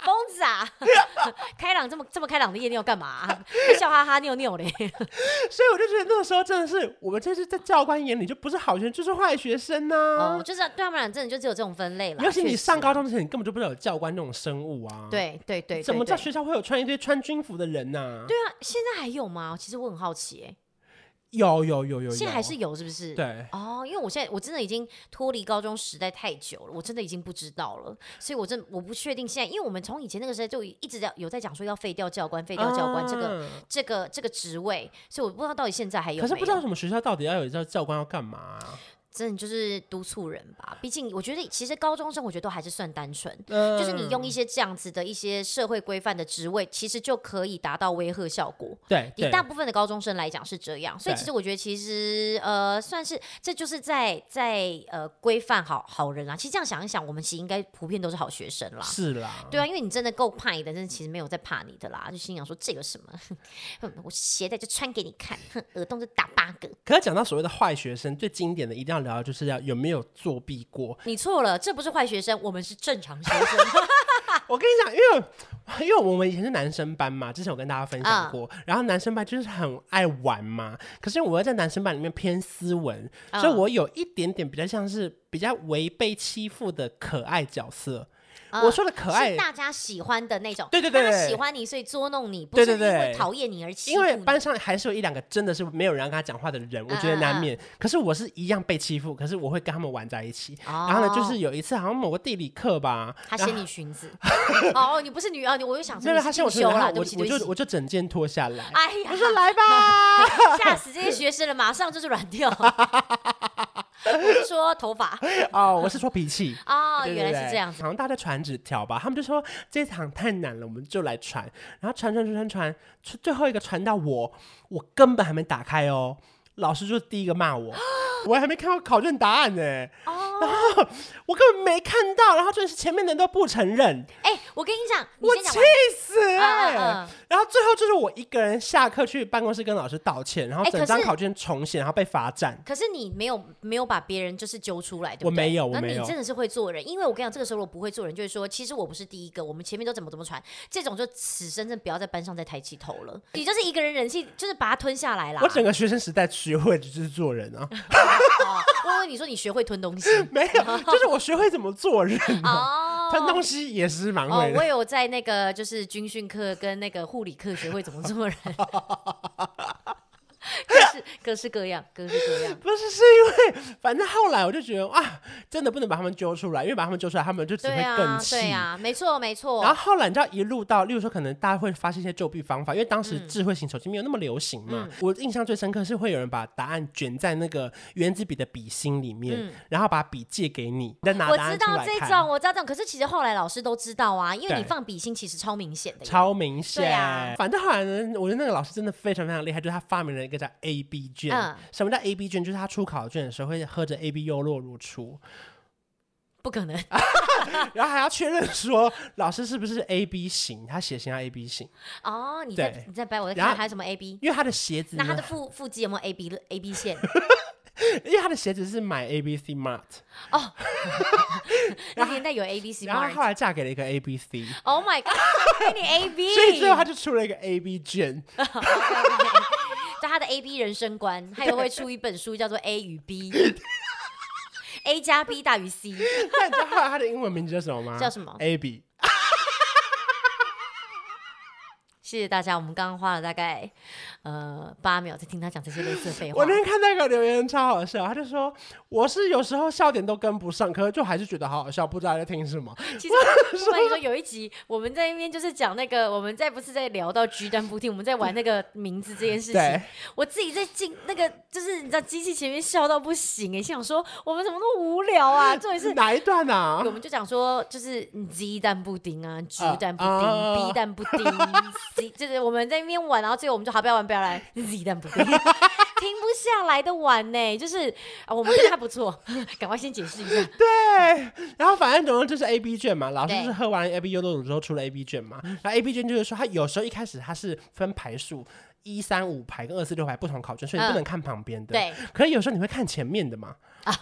S2: 疯子啊！ 开朗这么这么开朗的夜尿干嘛、还 笑哈哈尿尿嘞，
S3: 所以我就觉得那个时候真的是，我们就是在教官眼里就不是好学生，就是坏学生呐、
S2: 哦，就是对他们俩真的就只有这种分类了。
S3: 嗯尤其你
S2: 确实
S3: 上高中之前，你根本就不知道有教官那种生物啊。。
S2: 对对对对，
S3: 怎么在
S2: 对
S3: 学校会有穿一堆穿军服的人呐、
S2: 对啊，现在还有吗？其实我很好奇、欸，
S3: 有有有有有，
S2: 现在还是有是不是？。
S3: 对。
S2: 哦，因为我现在我真的已经脱离高中时代太久了，我真的已经不知道了，所以我真我不确定现在，因为我们从以前那个时代就一直在有在讲说要废掉教官、废掉教官这个、
S3: 啊
S2: 这个这个职位，所以我不知道到底现在还有没有。
S3: 可是不知道什么学校到底要有教教官要干嘛啊、
S2: 真的就是督促人吧。毕竟我觉得其实高中生我觉得都还是算单纯，
S3: 嗯
S2: 就是你用一些这样子的一些社会规范的职位，其实就可以达到威吓效果。
S3: 对
S2: 以
S3: 对
S2: 大部分的高中生来讲是这样，所以
S3: 对
S2: 其实我觉得其实呃，算是这就是在在呃规范好好人啊啦。其实这样想一想，我们其实应该普遍都是好学生啦。
S3: 是啦，
S2: 对啊，因为你真的够怕你的，真的其实没有在怕你的啦，就心想说这有什么， 哼我鞋带就穿给你看，哼耳洞就打八个。
S3: 可是讲到所谓的坏学生，最经典的一定要聊的就是要有没有作弊过。
S2: 你错了，这不是坏学生，我们是正常学生。
S3: 我跟你讲，因为因为我们以前是男生班嘛，之前我跟大家分
S2: 嗯
S3: 享过，然后男生班就是很爱玩嘛，可是我又在男生班里面偏斯文，
S2: 嗯
S3: 所以我有一点点比较像是比较违背欺负的可爱角色。
S2: 嗯
S3: 我说的可爱
S2: 是，大家喜欢的那种，
S3: 对对对
S2: 大家喜欢你，所以捉弄你，不
S3: 对
S2: 是
S3: 对
S2: 因
S3: 对
S2: 为讨厌你而欺
S3: 因
S2: 负
S3: 为
S2: 你。
S3: 班上还是有一两个真的是没有人要跟他讲话的
S2: 嗯
S3: 人，我觉得难免。可是我是一样被欺负，可是我会跟他们玩在一起。
S2: 哦
S3: 然后呢，就是有一次好像某个地理课吧，
S2: 他
S3: 然后
S2: 先你裙子，哦，你不是女哦，你我又想
S3: 没
S2: 说你
S3: 有没有他
S2: 是
S3: 先我
S2: 进
S3: 说
S2: 修
S3: 然后
S2: 了，对
S3: 我
S2: 不起，
S3: 我
S2: 对不
S3: 就
S2: 起
S3: 我。就整件脱下来。
S2: 哎呀，
S3: 我说来吧，
S2: 吓死这些学生了，马上就是软 掉。我是说头发
S3: 哦，我是说脾气。
S2: 哦，
S3: 对
S2: 原来是这样
S3: 对
S2: 子
S3: 对好像大家传纸条吧，他们就说这场太难了，我们就来传。然后传传传传传，最最后一个传到我，我根本还没打开哦，老师就第一个 骂我，我还没看到考卷答案呢、
S2: 哦。
S3: 我根本没看到，然后就是前面的人都不承认，
S2: 哎，我跟你讲，你
S3: 我
S2: 先讲
S3: 气
S2: 完。
S3: 死哎、
S2: 嗯嗯嗯
S3: 然后最后就是我一个人下课去办公室跟老师道歉，然后
S2: 哎
S3: 整
S2: 可
S3: 张
S2: 是啊
S3: 考卷重写，然后被罚站。
S2: 可是你没有没有把别人就是揪出来，对不对？
S3: 我没有我
S2: 那
S3: 没
S2: 你
S3: 有
S2: 真的是会做人，因为我跟你讲，这个时候我不会做人，就是说，其实我不是第一个，我们前面都怎么怎么传，这种就此生真的不要在班上再抬起头了。你就是一个人忍气，就是把它吞下来啦。
S3: 我整个学生时代学会的就是做人啊，
S2: 哦，我以为你说你学会吞东 西
S3: 没 有，就是我学会怎么做人啊，
S2: 哦。
S3: 吞东西也是蛮
S2: 哦
S3: 会，的。
S2: 我有在那个就是军训课跟那个护理课学会怎么做 人，各式各式各样，各式各 样。
S3: 不是，是因为反正后来我就觉得啊，真的不能把他们揪出来，因为把他们揪出来，他们就只
S2: 对
S3: 会
S2: 啊
S3: 更，气。
S2: 对啊，没错没错。
S3: 然后后来你知道一路到，例如说可能大家会发现一些作弊方法，因为当
S2: 嗯
S3: 时智慧型手机没有那么流行嘛。我印象最深刻是会有人把答案卷在那个原子笔的笔芯里面，然后把笔借给你，再拿
S2: 嗯我
S3: 答
S2: 知
S3: 案出
S2: 道
S3: 来
S2: 这
S3: 看，
S2: 种，我知道这种，可是其实后来老师都知道啊，因为你
S3: 对
S2: 放笔芯其实超明显的耶。
S3: 超明显。
S2: 对啊
S3: 反正后来呢，我觉得那个老师真的非常非常厉害，就是他发明了一个叫 A B
S2: 嗯
S3: 卷。什么叫 A B 卷？就是他出考卷的时候会喝着 A B 优酪 乳出，
S2: 不可 能，
S3: 然后还要确认说老师是不是 A B 型，他血型要 A B 型，
S2: 哦，你在
S3: 对
S2: 你在掰，我在
S3: 然后
S2: 看还有什么 A B，
S3: 因为他的鞋子
S2: 那他
S3: 呢
S2: 的，腹腹肌有没有 A B A B 线？
S3: 因为他的鞋子是买 A B C Mart，
S2: 那年代有 A B C
S3: 然后
S2: 吗
S3: 她后来嫁给了一个 A B C，
S2: ？Oh my god！给你 A B，
S3: 所以最后她就出了一个 A B 卷，
S2: 在他的 A B 人生观，他也会出一本书叫做 A 与 B，A 加 B 大于 C，
S3: 那你知道后来她的英文名字叫什么吗？
S2: 叫什么
S3: ？A B。
S2: 谢谢大家，我们刚刚花了大概呃八秒在听他讲这些类似的废
S3: 我
S2: 话
S3: 那。天看那个留言超好笑，他就说我是有时候笑点都跟不上，可是就还是觉得好好笑，不知道在听什么。
S2: 其 实我跟你说，有一集我们在那边就是讲那个，我们在不是在聊到居单不听，我们在玩那个名字这件事
S3: 对
S2: 情。我自己在进那个，就是你知道机器前面笑到不行哎、想说我们怎么那么无聊啊？重点是
S3: 是哪一段啊
S2: 我？们就讲说，就是鸡蛋布丁啊，猪蛋布丁、
S3: 啊
S2: B 蛋布丁 ，C 就是我们在那边玩，然后最后我们就好不要玩，不要玩鸡蛋布丁，停不下来的玩呢、就是、啊、我们对他不错， 赶快先解释一下。
S3: 对，然后反正总之就是 A B 卷嘛，老师
S2: 对
S3: 就是喝完 A B 优乐乳之后出了 A B 卷嘛，然后 A B 卷就是说，他有时候一开始他是分排数。一三五排跟二四六排不同考卷，所以你不
S2: 嗯
S3: 能看旁边的。
S2: 对。啊
S3: 可是有时候你会看前面的嘛，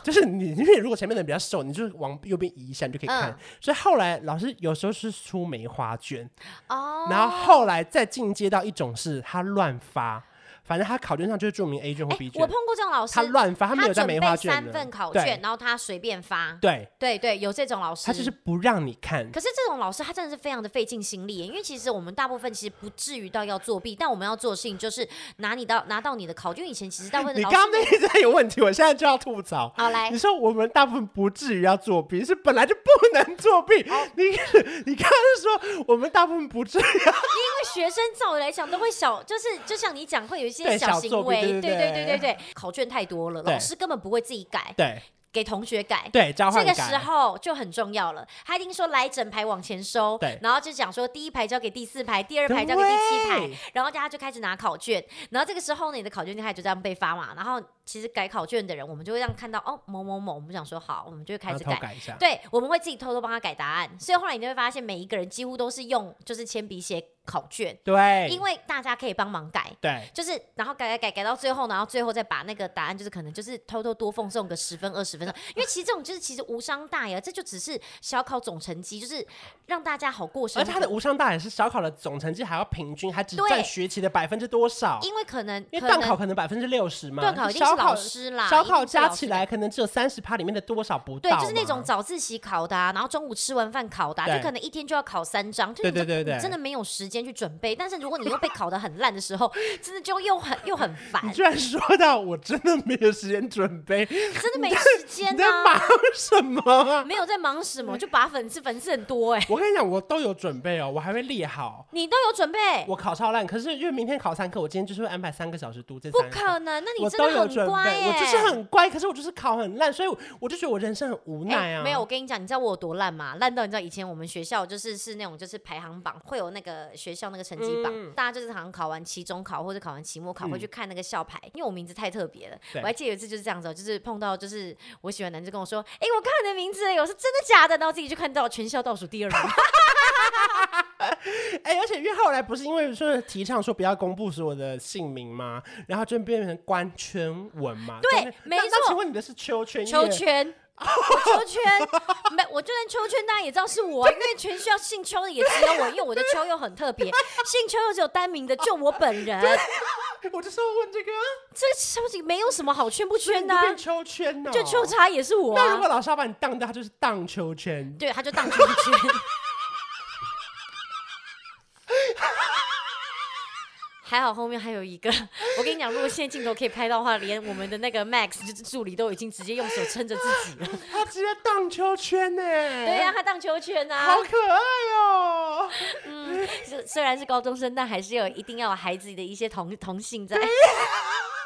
S3: 就是你因为如果前面的人比较瘦，你就往右边移一下，你就可以看。
S2: 嗯
S3: 所以后来老师有时候是出梅花卷，
S2: 哦，
S3: 然后后来再进阶到一种是他乱发，反正他考卷上就是注明 A 卷或
S2: 哎
S3: B 卷，
S2: 我碰过这种老师，
S3: 他乱发，他没有
S2: 准
S3: 在梅
S2: 备
S3: 花卷
S2: 三
S3: 的
S2: 份考
S3: 对
S2: 卷，然后他随便发。
S3: 对，
S2: 对对，有这种老师，
S3: 他就是不让你看。
S2: 可是这种老师他真的是非常的费尽心力耶，因为其实我们大部分其实不至于到要作弊，但我们要做的事情就是拿你到拿到你的考卷。因为以前其实大部分的
S3: 你
S2: 老
S3: 刚
S2: 师
S3: 刚那一段有问题，我现在就要吐槽。
S2: 好来
S3: 你，说我们大部分不至于要作弊，是本来就不能作弊。
S2: 哦
S3: 你你刚刚是说我们大部分不至于要
S2: 因为学生照理来讲都会小，就是就像你讲会有一些
S3: 对小作
S2: 行
S3: 弊
S2: 为，
S3: 对对
S2: 对
S3: 对
S2: 对对对，考卷太多了，
S3: 对
S2: 老师根本不会自己改，
S3: 对
S2: 给同学改。
S3: 对交换
S2: 这
S3: 感
S2: 个时候就很重要了，他一定说来整排往前收，
S3: 对
S2: 然后就讲说第一排交给第四排，第二排交给第七排，
S3: 对
S2: 然后大家就开始拿考卷，然后这个时候呢，你的考卷就开始就这样被发嘛，然后其实改考卷的人，我们就会让看到哦某某某，我们想说好，我们就会开
S3: 然后
S2: 始
S3: 偷
S2: 改，
S3: 改一下。
S2: 对，我们会自己偷偷帮他改答案，所以后来你就会发现，每一个人几乎都是用就是铅笔写考卷，
S3: 对，
S2: 因为大家可以帮忙改。
S3: 对
S2: 就是，然后改改改改到最后，然后最后再把那个答案，就是可能就是偷偷多奉送个十分二十分钟，因为其实这种就是其实无伤大雅，这就只是小考总成绩，就是让大家好过生
S3: 而
S2: 活。
S3: 他的无伤大雅是小考的总成绩还要平均，还只占
S2: 对
S3: 学期的百分之多少？
S2: 因为可能
S3: 因为
S2: 可
S3: 段考
S2: 能
S3: 可能百分之六十嘛，
S2: 段考一定
S3: 小
S2: 是
S3: 考
S2: 老师啦，
S3: 小
S2: 一定
S3: 考
S2: 是
S3: 加
S2: 老
S3: 起
S2: 师
S3: 来可能只有三十趴里面的多少不到
S2: 对
S3: 嘛，，
S2: 就是那种早自习考的、啊，然后中午吃完饭考的、啊，
S3: 对
S2: 就可能一天就要考三张，就
S3: 对
S2: 是
S3: 对
S2: 你真
S3: 对对
S2: 你真的没有时间去准备。但是如果你又被考得很烂的时候，真的就又很又很烦
S3: 你，居然说到我真的没有时间准备，
S2: 真的没时间
S3: 你在
S2: 啊，
S3: 忙什么啊？
S2: 没有在忙什么，就把粉刺粉刺很多哎、
S3: 我跟你讲，我都有准备哦，我还会列好。
S2: 你都有准备，
S3: 我考超烂，可是因为明天考三科，我今天就是会安排三个小时读这
S2: 不
S3: 三科。
S2: 可能，那你
S3: 我
S2: 真
S3: 都
S2: 的
S3: 有
S2: 很
S3: 准备，
S2: 乖哎、
S3: 我就是很乖，可是我就是考很烂，所以我我就觉得我人生很无奈
S2: 哎、
S3: 啊。
S2: 没有，我，跟你讲，你知道我有多烂吗？烂到你知道以前我们学校就是是那种就是排行榜会有那个学校那个成绩榜，
S3: 嗯
S2: 大家就是好像考完期中考或者考完期末考、会去看那个校牌，因为我名字太特别了。
S3: 对
S2: 我还记得有一次就是这样子哦，就是碰到就是我喜欢的男生跟我说，哎、我看到你的名字了，我说真的假的？然后自己就看到全校倒数第二名，
S3: 哎、而且因为后来不是因为说提倡说不要公布所有的姓名嘛，然后就变成官圈文嘛。
S2: 对
S3: 就是
S2: 没
S3: 那那
S2: 错
S3: 请问你的是秋圈？
S2: 秋， 圈。我秋圈，没，我就算秋圈，大家也知道是我啊，因为全校姓邱的也只有我，因为我的邱又很特别，姓邱又只有单名的，就我本 人，
S3: 我就是要问这个啊。
S2: 这个超级没有什么好圈不圈的、
S3: 你
S2: 啊
S3: 都，变秋圈呢、
S2: 就秋茶也是我、
S3: 那如
S2: 啊
S3: 果，老师要把你当掉，他就是荡秋千。
S2: 对，他就当秋圈。 还好后面还有一个，我跟你讲，如果现在镜头可以拍到的话，连我们的那个 Max 就是助理都已经直接用手撑着自己了。
S3: 他直接荡秋千呢、
S2: 对呀、、他当秋圈啊
S3: 好，可爱哦、
S2: 是虽然是高中生，但还是有一定要有孩子的一些同同性在。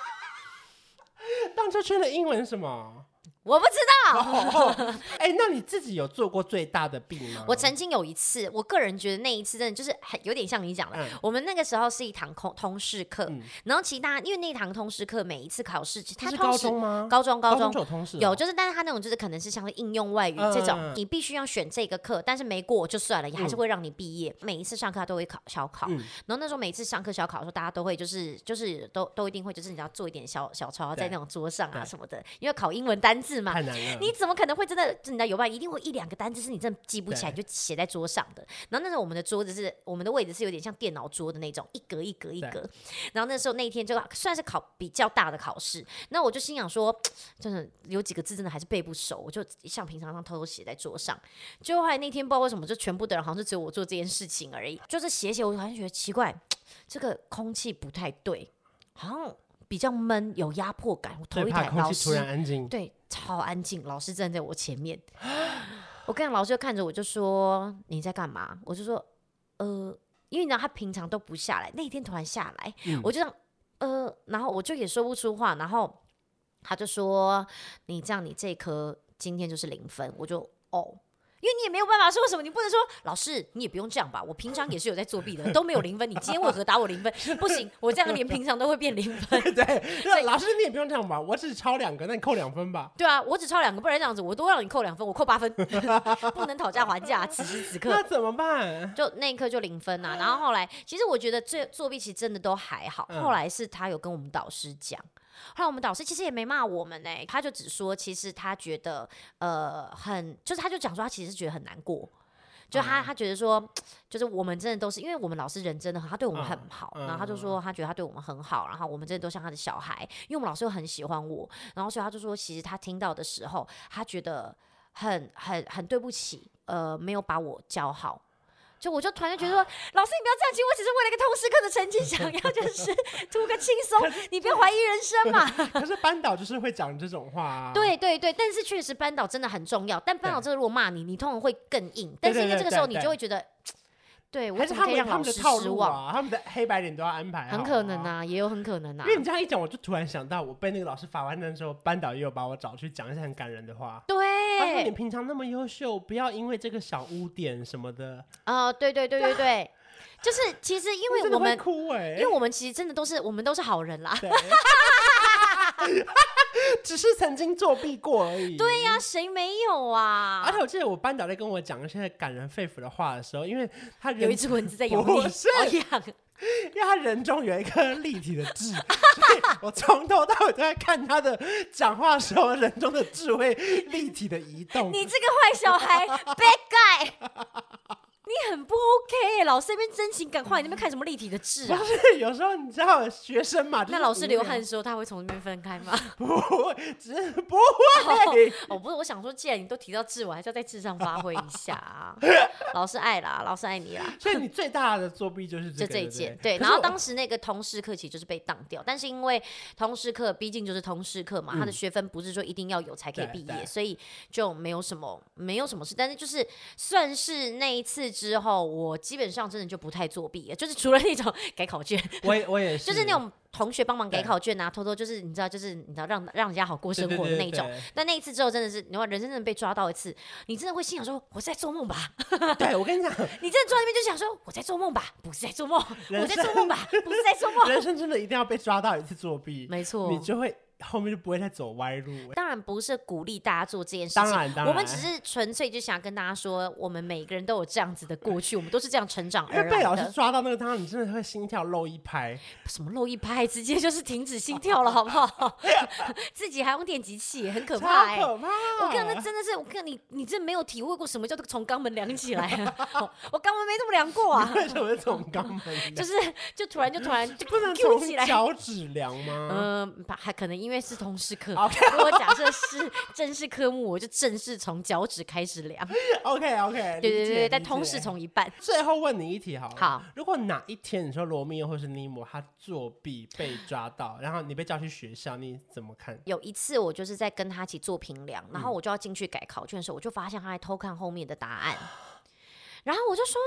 S3: 荡秋千的英文是什么？
S2: 我
S3: 嗯
S2: 不知道，
S3: 哦，哎、那你自己有做过最大的病吗？
S2: 我曾经有一次，我个人觉得那一次真的就是很有点像你讲的，
S3: 嗯
S2: 我们那个时候是一堂空通识课，
S3: 嗯
S2: 然后其他因为那一堂通识课每一次考试，
S3: 这
S2: 它
S3: 是
S2: 通
S3: 高
S2: 识
S3: 中吗？
S2: 高中高
S3: 高
S2: 中
S3: 就有通识哦、
S2: 有，就是但是它那种就是可能是像是应用外语
S3: 嗯
S2: 这种，
S3: 嗯嗯
S2: 你必须要选这个课，但是没过就算了，也还是
S3: 嗯
S2: 会让你毕业。每一次上课它都会考小考，
S3: 嗯
S2: 然后那时候每次上课小考的时候，大家都会就是就是都都一定会就是你要做一点小小抄在
S3: 对
S2: 那种桌上啊
S3: 对
S2: 什么的，因为考英文单字嘛
S3: 太，难了。
S2: 你怎么可能会真的？就你知道有吧？一定会一两个单字是你真的记不起来，你
S3: 对
S2: 就写在桌上的。然后那时候我们的桌子是我们的位置是有点像电脑桌的那种，一格一格一
S3: 对
S2: 格。然后那时候那一天就算是考比较大的考试，那我就心想说，真的有几个字真的还是背不熟，我就像平常那样偷偷写在桌上。结果后来那天不知道为什么，就全部的人好像就只有我做这件事情而已。就是写写，我好像觉得奇怪，这个空气不太对，好像比较闷，有压迫感。我头
S3: 最
S2: 一
S3: 怕
S2: 抬，
S3: 空
S2: 老
S3: 气突
S2: 师
S3: 然安静。
S2: 对，超安静，老师站在我前面。 我跟你讲老师就看着我就说你在干嘛？我就说呃，因为你知道他平常都不下来，那天突然下来，
S3: 嗯
S2: 我就这样呃，然后我就也说不出话，然后他就说你这样你这科今天就是零分，我就哦。因为你也没有办法说什么，你不能说老师，你也不用这样吧。我平常也是有在作弊的，都没有零分，你今天为何打我零分？ 不行，我这样连平常都会变零分。
S3: 对，那老师你也不用这样吧，我只抄两个，那你扣两分吧。
S2: 对啊，我只抄两个，不然这样子我都让你扣两分，我扣八分， 不能讨价还价。此时此
S3: 那
S2: 刻，
S3: 怎么办？
S2: 就那一刻就零分啊。然后后来，其实我觉得这作弊其实真的都还好。
S3: 嗯
S2: 后来是他有跟我们导师讲，后来我们导师其实也没骂我们呢、他就只说其实他觉得呃很，就是他就讲说他其实觉得很难过。就他，
S3: 嗯
S2: 他觉得说，就是我们真的都是，因为我们老师人真的很，他对我们很
S3: 嗯
S2: 好，
S3: 嗯
S2: 然后他就说他觉得他对我们很好，然后我们真的都像他的小孩，因为我们老师又很喜欢我，然后所以他就说，其实他听到的时候，他觉得很很很对不起，呃，没有把我教好。就我就突然就觉
S3: 啊
S2: 得说，老师你不要这样，其实我只是为了一个通识课的成绩，想要就是 图个轻松，你不要怀疑人生嘛。
S3: 可是班导就是会讲这种话、啊。
S2: 对对对，但是确实班导真的很重要，但班导
S3: 对
S2: 真的如果骂你，你通常会更硬，但是因为
S3: 对对
S2: 这个时候
S3: 对
S2: 你
S3: 对
S2: 就会觉得，对我
S3: 还是
S2: 怎
S3: 他
S2: 么可以让
S3: 们他
S2: 老
S3: 们的
S2: 师
S3: 套
S2: 失
S3: 路
S2: 望？
S3: 啊，他们的黑白脸都要安排、
S2: 很可能。啊，也有很可能啊
S3: 因。为你这样一讲，我就突然想到，我被那个老师罚完的时候，班导也有把我找去讲一些很感人的话。他说：“你
S2: 对，
S3: 平常那么优秀，不要因为这个小污点什么的。
S2: 哦 啊，对对对对对。就是其实因为
S3: 真的
S2: 我
S3: 会
S2: 们，
S3: 哭嗯哎、
S2: 因为我们其实真的都是我们都是好人啦。
S3: 对， 只是曾经作弊过而已。
S2: 对呀、谁没有啊？
S3: 而且我记得我班导在跟我讲一些感人肺腑的话的时候，因为他人
S2: 有一只蚊子在咬你， 哦
S3: 不是
S2: 好痒。
S3: 因为他人中有一颗立体的 痣，所以我从头到尾都在看他的讲话的时候，人中的痣会立体的移动。
S2: 你这个坏小孩，bad guy，你很不 OK 耶。老师那边真情感化，你那边看什么立体的痣
S3: 不
S2: 啊？
S3: 是有时候你知道学生嘛？就是
S2: 那老师
S3: 无聊
S2: 流汗的时候，他会从那边分开 吗？
S3: 不会，只是不会。
S2: 哦，不是，我想说，既然你都提到痣，我还是要在痣上发挥一下 啊。老师爱啦，老师爱你啦。
S3: 所以你最大的作弊就是
S2: 就
S3: 这个
S2: 这一
S3: 不
S2: 届，
S3: 对。
S2: 对，
S3: 可
S2: 然
S3: 是
S2: 后
S3: 我
S2: 当时那个通识课其实就是被当掉，但是因为通识课毕竟就是通识课嘛，他的学分不是说一定要有才可以
S3: 嗯对
S2: 毕
S3: 对
S2: 业，所以就没有什么没有什么事。但是就是算是那一次之后，我基本上真的就不太作弊了，就是除了那种 改考卷，
S3: 我也我也是，
S2: 就是那种同学帮忙改
S3: 对
S2: 考卷啊，偷偷就是你知道，就是你知道让让人家好过
S3: 对
S2: 生
S3: 对
S2: 活的
S3: 对
S2: 那种
S3: 对。
S2: 但那一次之后，真的是，你知道人生真的被抓到一次，你真的会心想说：“我是在做梦吧？”
S3: 对我跟你讲，
S2: 你真的坐在那边就想说：“我在做梦吧？不是在做梦，我
S3: 人
S2: 在
S3: 生
S2: 做梦吧？不是在做梦。”
S3: 人生真的一定要被抓到一次作弊，
S2: 没错
S3: 你就会后面就不会再走歪路、欸。
S2: 当然不是鼓励大家做这件事情，
S3: 当然当然
S2: 我们只是纯粹就想跟大家说，我们每个人都有这样子的过去，我们都是这样成长
S3: 因为
S2: 而
S3: 被
S2: 来
S3: 哎老师
S2: 的。
S3: 抓到那个当然你真的会心跳漏一拍。
S2: 什么漏一拍，直接就是停止心跳了，好不好？ 自己还用电击器，很可怕哎、
S3: 超可怕！
S2: 我看那真的是，我看你，你真没有体会过什么叫做从肛门凉起来、 啊哦我肛门没这么凉过啊，
S3: 为什么是从肛门？
S2: 就是就突然就突然就
S3: 不能
S2: Q
S3: 从
S2: 起来。
S3: 脚趾量吗？
S2: 嗯，把还可能因为是通识课，
S3: OK
S2: 如果假设是正式科目，我就正式从脚趾开始量。
S3: OK OK，
S2: 对对对对，但通识。从一半。
S3: 最后问你一题好了，
S2: 好，
S3: 如果哪一天你说罗密欧或是尼摩他作弊被抓到，然后你被叫去学校，你怎么看？
S2: 有一次我就是在跟他一起做评量，然后我就要进去改考卷的时候，我就发现他在偷看后面的答案， 然后我就说：“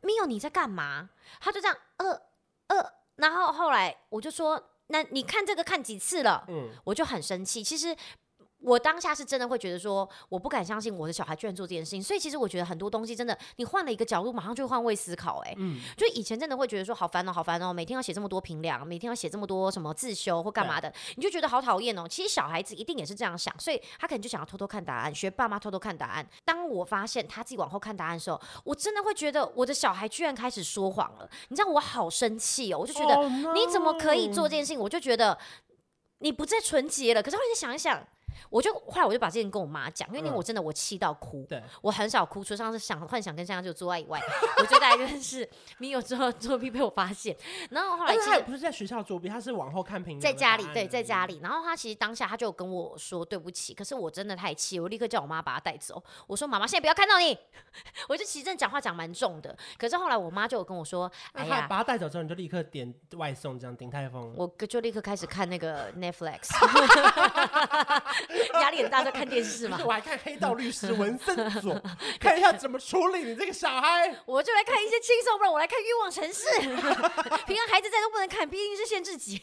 S2: 米友你在干嘛？”他就这样呃呃，然后后来我就说：“那你看这个看几次了？”
S3: 嗯，
S2: 我就很生气。其实我当下是真的会觉得说，我不敢相信我的小孩居然做这件事情。所以其实我觉得很多东西真的，你换了一个角度，马上就会换位思考、欸。
S3: 嗯
S2: 就以前真的会觉得说好烦哦，好烦哦，每天要写这么多评量，每天要写这么多什么自修或干嘛的，你就觉得好讨厌哦。其实小孩子一定也是这样想，所以他可能就想要偷偷看答案，学爸妈偷偷看答案。当我发现他自己往后看答案的时候，我真的会觉得我的小孩居然开始说谎了，你知道我好生气哦，我就觉得
S3: Oh no
S2: 你怎么可以做这
S3: 哦
S2: 件事情？我就觉得你不再纯洁了。可是后来想一想，我就后来我就把这件事跟我妈讲，因为那
S3: 嗯
S2: 我真的我气到哭，
S3: 对
S2: 我很少哭，除上次想幻想跟香香就做爱以外，我最大一个是你有之后作弊被我发现，然后后来
S3: 而且
S2: 其
S3: 他也
S2: 实。
S3: 不是在学校作弊，他是往后看评论
S2: 在
S3: 的
S2: 家里
S3: 答，案
S2: 对，
S3: 而
S2: 在
S3: 已
S2: 家。里。然后他其实当下他就跟我说对不起，可是我真的太气，我立刻叫我妈把他带走。我说妈妈，现在不要看到你。 我就其实真的讲话讲蛮重的，可是后来我妈就有跟我说，哎
S3: 那
S2: 呀
S3: 他，把他带走之后，你就立刻点外送，这样顶泰丰。
S2: 我哥就立刻开始看那 个 Netflix，压力很大，在看电视
S3: 不
S2: 嘛
S3: 是，。我还看《黑道律师文森佐》，看一下怎么处理你这个小孩。
S2: 我就来看一些轻松，不然我来看《欲望城市》。平常孩子在都不能看，毕竟是限制级。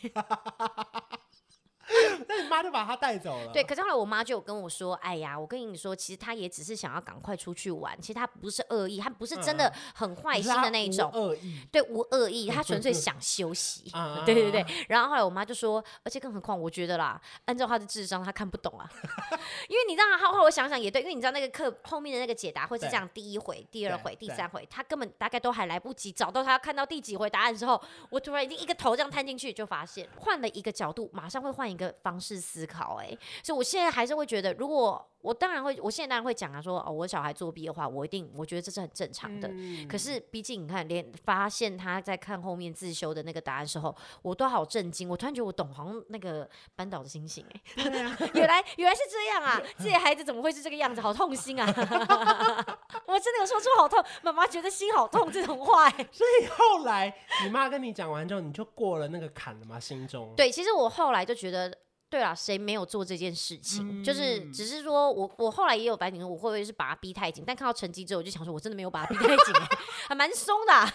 S3: 那你妈就把他带走了。
S2: 对，，可是后来我妈就有跟我说：“哎呀，我跟你说，其实他也只是想要赶快出去玩，其实他不是恶意，他不是真的很坏心的那一种。
S3: 恶意。
S2: 对，无恶意，他 纯粹想休息
S3: 啊。
S2: 对对对，然后后来我妈就说，而且更何况，我觉得啦，按照他的智商，他看不懂啊。 因为你让他好好我想想也对，因为你知道那个课后面的那个解答会是这样：第一回、第二
S3: 对
S2: 回、第
S3: 对
S2: 三回，他根本大概都还来不及找到他要看到第几回答案之后，我突然已经一个头这样探进去，就发现换了一个角度，马上会换一个方式思考、哎，所以我现在还是会觉得，如果我当然会，我现在当然会讲啊，说哦，我小孩作弊的话，我一定我觉得这是很正
S3: 嗯
S2: 常的。可是毕竟你看，连发现他在看后面自修的那个答案时候，我都好震惊，我突然觉得我懂，好像那个班导的心情哎、
S3: 啊
S2: 原来原来是这样啊！自己的孩子怎么会是这个样子？好痛心啊！ 我真的有说出好痛，妈妈觉得心好痛这种话、欸。
S3: 所以后来你妈跟你讲完之后，你就过了那个坎了吗？心中。
S2: 对，其实我后来就觉得。对啦，谁没有做这件事情？就是只是说我我后来也有白领，我会不会是把他逼太紧？但看到成绩之后，我就想说，我真的没有把他逼太紧、欸 还蛮松的、啊。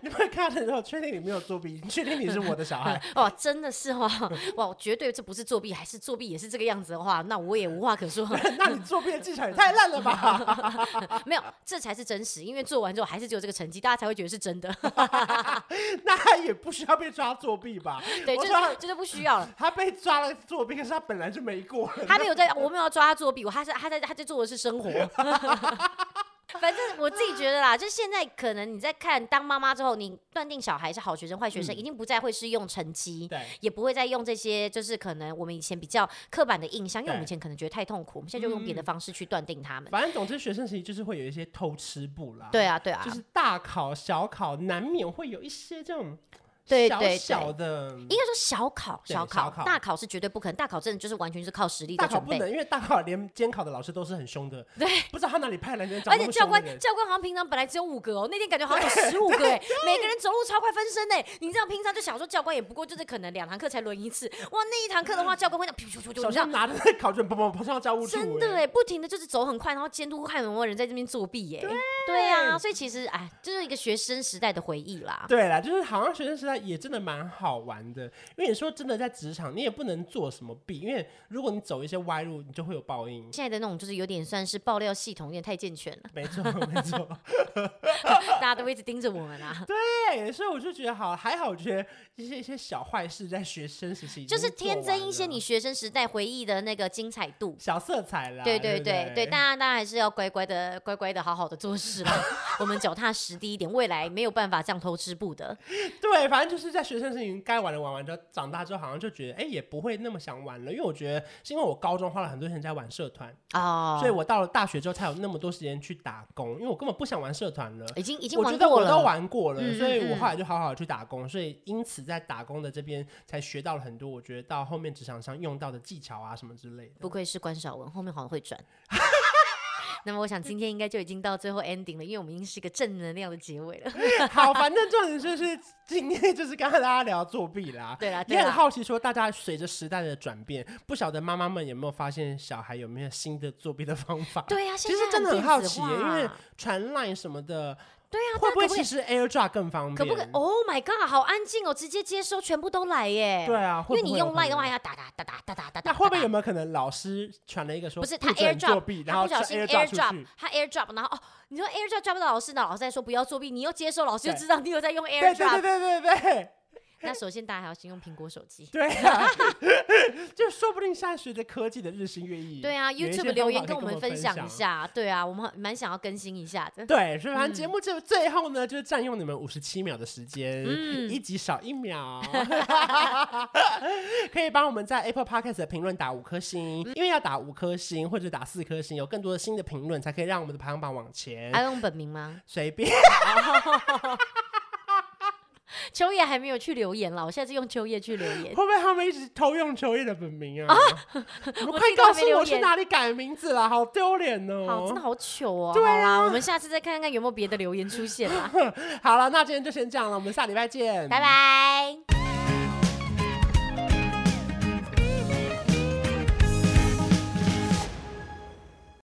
S3: 你们看的时候，确定你没有作弊，确定你是我的小 孩，
S2: 哇，真的是哇 哇，我绝对这不是作弊，还是作弊也是这个样子的话，那我也无话可说。
S3: 那你作弊的技巧也太烂了吧！
S2: 没有，这才是真实，因为做完之后还是只有这个成绩，大家才会觉得是真的。
S3: 那他也不需要被抓作弊吧？
S2: 对，
S3: 我
S2: 就是
S3: 说
S2: 就是不需要了。
S3: 他被抓了作弊，可是他本来就没过。
S2: 他没有在，我没有要抓他作弊，我他是他在他在做的是生活。 反正我自己觉得啦，就是现在可能你在看当妈妈之后，你断定小孩是好学生坏
S3: 嗯
S2: 学生，一定不再会是用成绩，
S3: 对，
S2: 也不会再用这些就是可能我们以前比较刻板的印象，因为我们以前可能觉得太痛苦，我们现在就用别
S3: 嗯
S2: 的方式去断定他们。
S3: 反正总之，学生时期就是会有一些偷吃步啦。
S2: 对啊，对啊，
S3: 就是大考、小考难免会有一些这种
S2: 对
S3: 小
S2: 对对
S3: 小的。
S2: 应该说小考，
S3: 对
S2: 小考，
S3: 小考
S2: 大考是绝对不可能，大考真的就是完全是靠实力
S3: 大
S2: 在
S3: 考
S2: 准
S3: 不
S2: 备。
S3: 能，因为大考连监考的老师都是很凶的，
S2: 对，
S3: 不知道他哪里派来的长
S2: 而
S3: 那
S2: 且
S3: 么
S2: 教
S3: 凶的
S2: 官
S3: 人。
S2: 教官好像平常本来只有五 个哦，那天感觉好像有十五个哎，每个人走路超快分身哎。你知道平常就想说教官也不过就是可能两堂课才轮一次，哇，那一堂课的
S3: 嗯
S2: 话教官会这样咻咻咻咻，你知
S3: 手
S2: 道
S3: 上拿着那考卷，砰砰砰上到教务处、
S2: 真的
S3: 哎，
S2: 哎，不停的就是走很快，然后监督看有没有人在这边作弊哎。对啊，所以其实哎，就是一个学生时代的回忆啦。
S3: 对啦，就是好像学生时代也真的蛮好玩的，因为你说真的，在职场你也不能做什么弊，因为如果你走一些歪路，你就会有报 应。
S2: 现在的那种就是有点算是爆料系统有点太健全了，
S3: 没错，没错。
S2: 大家都会一直盯着我们啊。
S3: 对，所以我就觉得好，还好，我觉得一些一些小坏事在学生时期已经
S2: 就是
S3: 做完
S2: 天真一些
S3: 了
S2: 你学生时代回忆的那个精彩度。
S3: 小色彩啦。
S2: 对对
S3: 对不
S2: 对对，大家大家还是要乖乖的、乖乖的、好好的做事啦。 我们脚踏实地一点，未来没有办法这样偷吃步的。
S3: 对，反正就是在学生时期该玩的玩完之后，长大之后好像就觉得，哎、也不会那么想玩了。因为我觉得是因为我高中花了很多钱在玩社团，
S2: 哦，
S3: 所以我到了大学之后才有那么多时间去打工，因为我根本不想玩社团了。
S2: 已经已经
S3: 我
S2: 玩
S3: 觉得
S2: 过
S3: 我都
S2: 了。
S3: 玩过了，
S2: 嗯
S3: 所以
S2: 嗯
S3: 我
S2: 嗯
S3: 后来就好好去打工，所以因此在打工的这边才学到了很多，我觉得到后面职场上用到的技巧啊什么之类的。
S2: 不愧是关少文，后面好像会 转。那么我想今天应该就已经到最后 ending 了，因为我们已经是一个正能量的结尾 了。
S3: 好，反正重点就是今天就是刚刚大家聊作弊啦，
S2: 对啦对
S3: 也
S2: 啦
S3: 很好奇说大家随着时代的转变，不晓得妈妈们有没有发现小孩有没有新的作弊的方法？
S2: 对呀、啊，
S3: 其
S2: 现
S3: 实
S2: 在
S3: 真的
S2: 很
S3: 很好奇耶，
S2: 电子
S3: 因
S2: 化
S3: 为传 line 什么的，
S2: 对啊，
S3: 会
S2: 大家
S3: 不会
S2: 可不可
S3: 其
S2: 以
S3: 实 AirDrop 更方便？
S2: 可不可以？Oh my god，好安静哦，直接接收全部都来耶。
S3: 对啊
S2: 因
S3: 会
S2: 为
S3: 不
S2: 你
S3: 会
S2: 用
S3: 有
S2: line 的
S3: 可
S2: 话
S3: 能
S2: 要打打打打打打打打。
S3: 那会不会有没有可能老师传了一个说
S2: 不是他
S3: 准作
S2: airdrop，
S3: 弊，然
S2: 他
S3: 后
S2: 不小
S3: 传
S2: 心
S3: AirDrop 出
S2: airdrop，
S3: 去？
S2: 他 airdrop，然后哦，你说 airdrop 抓不到老师，那老师在说不要作弊，你又接收，老师就
S3: 对
S2: 知道你有在用
S3: 对对
S2: airdrop。
S3: 对对对对。
S2: 那首先大家还要先用苹果手机。
S3: 对啊，就说不定现在随着科技的日新月异，
S2: 对啊
S3: 有一些
S2: ，YouTube 留
S3: 方法
S2: 言
S3: 可以
S2: 跟
S3: 跟
S2: 我们分
S3: 分
S2: 享一下。对啊，我们蛮想要更新一下的。
S3: 对，所以反
S2: 嗯
S3: 正节目就最后呢，就是占用你们五十七秒的时间，
S2: 嗯
S3: 一集少 一秒， 可以帮我们在 Apple Podcast 的评论打五颗星，
S2: 嗯
S3: 因为要打五颗星或者打四颗星，有更多的新的评论，才可以让我们的排行榜往前
S2: 还。要用本名 吗？
S3: 随便，
S2: 秋叶还没有去留言了，我下次用秋叶去留言
S3: 会。不会他们一直偷用秋叶的本名 啊？你
S2: 我
S3: 们快
S2: 自己都还
S3: 告
S2: 没
S3: 诉
S2: 留
S3: 我去
S2: 言
S3: 哪里改名字啦，好丢脸哦！
S2: 好，真的好糗哦。
S3: 对啊
S2: 好啦，我们下次再 看看有没有别的留言出现啦。
S3: 好了，那今天就先这样了，我们下礼拜见，
S2: 拜。拜。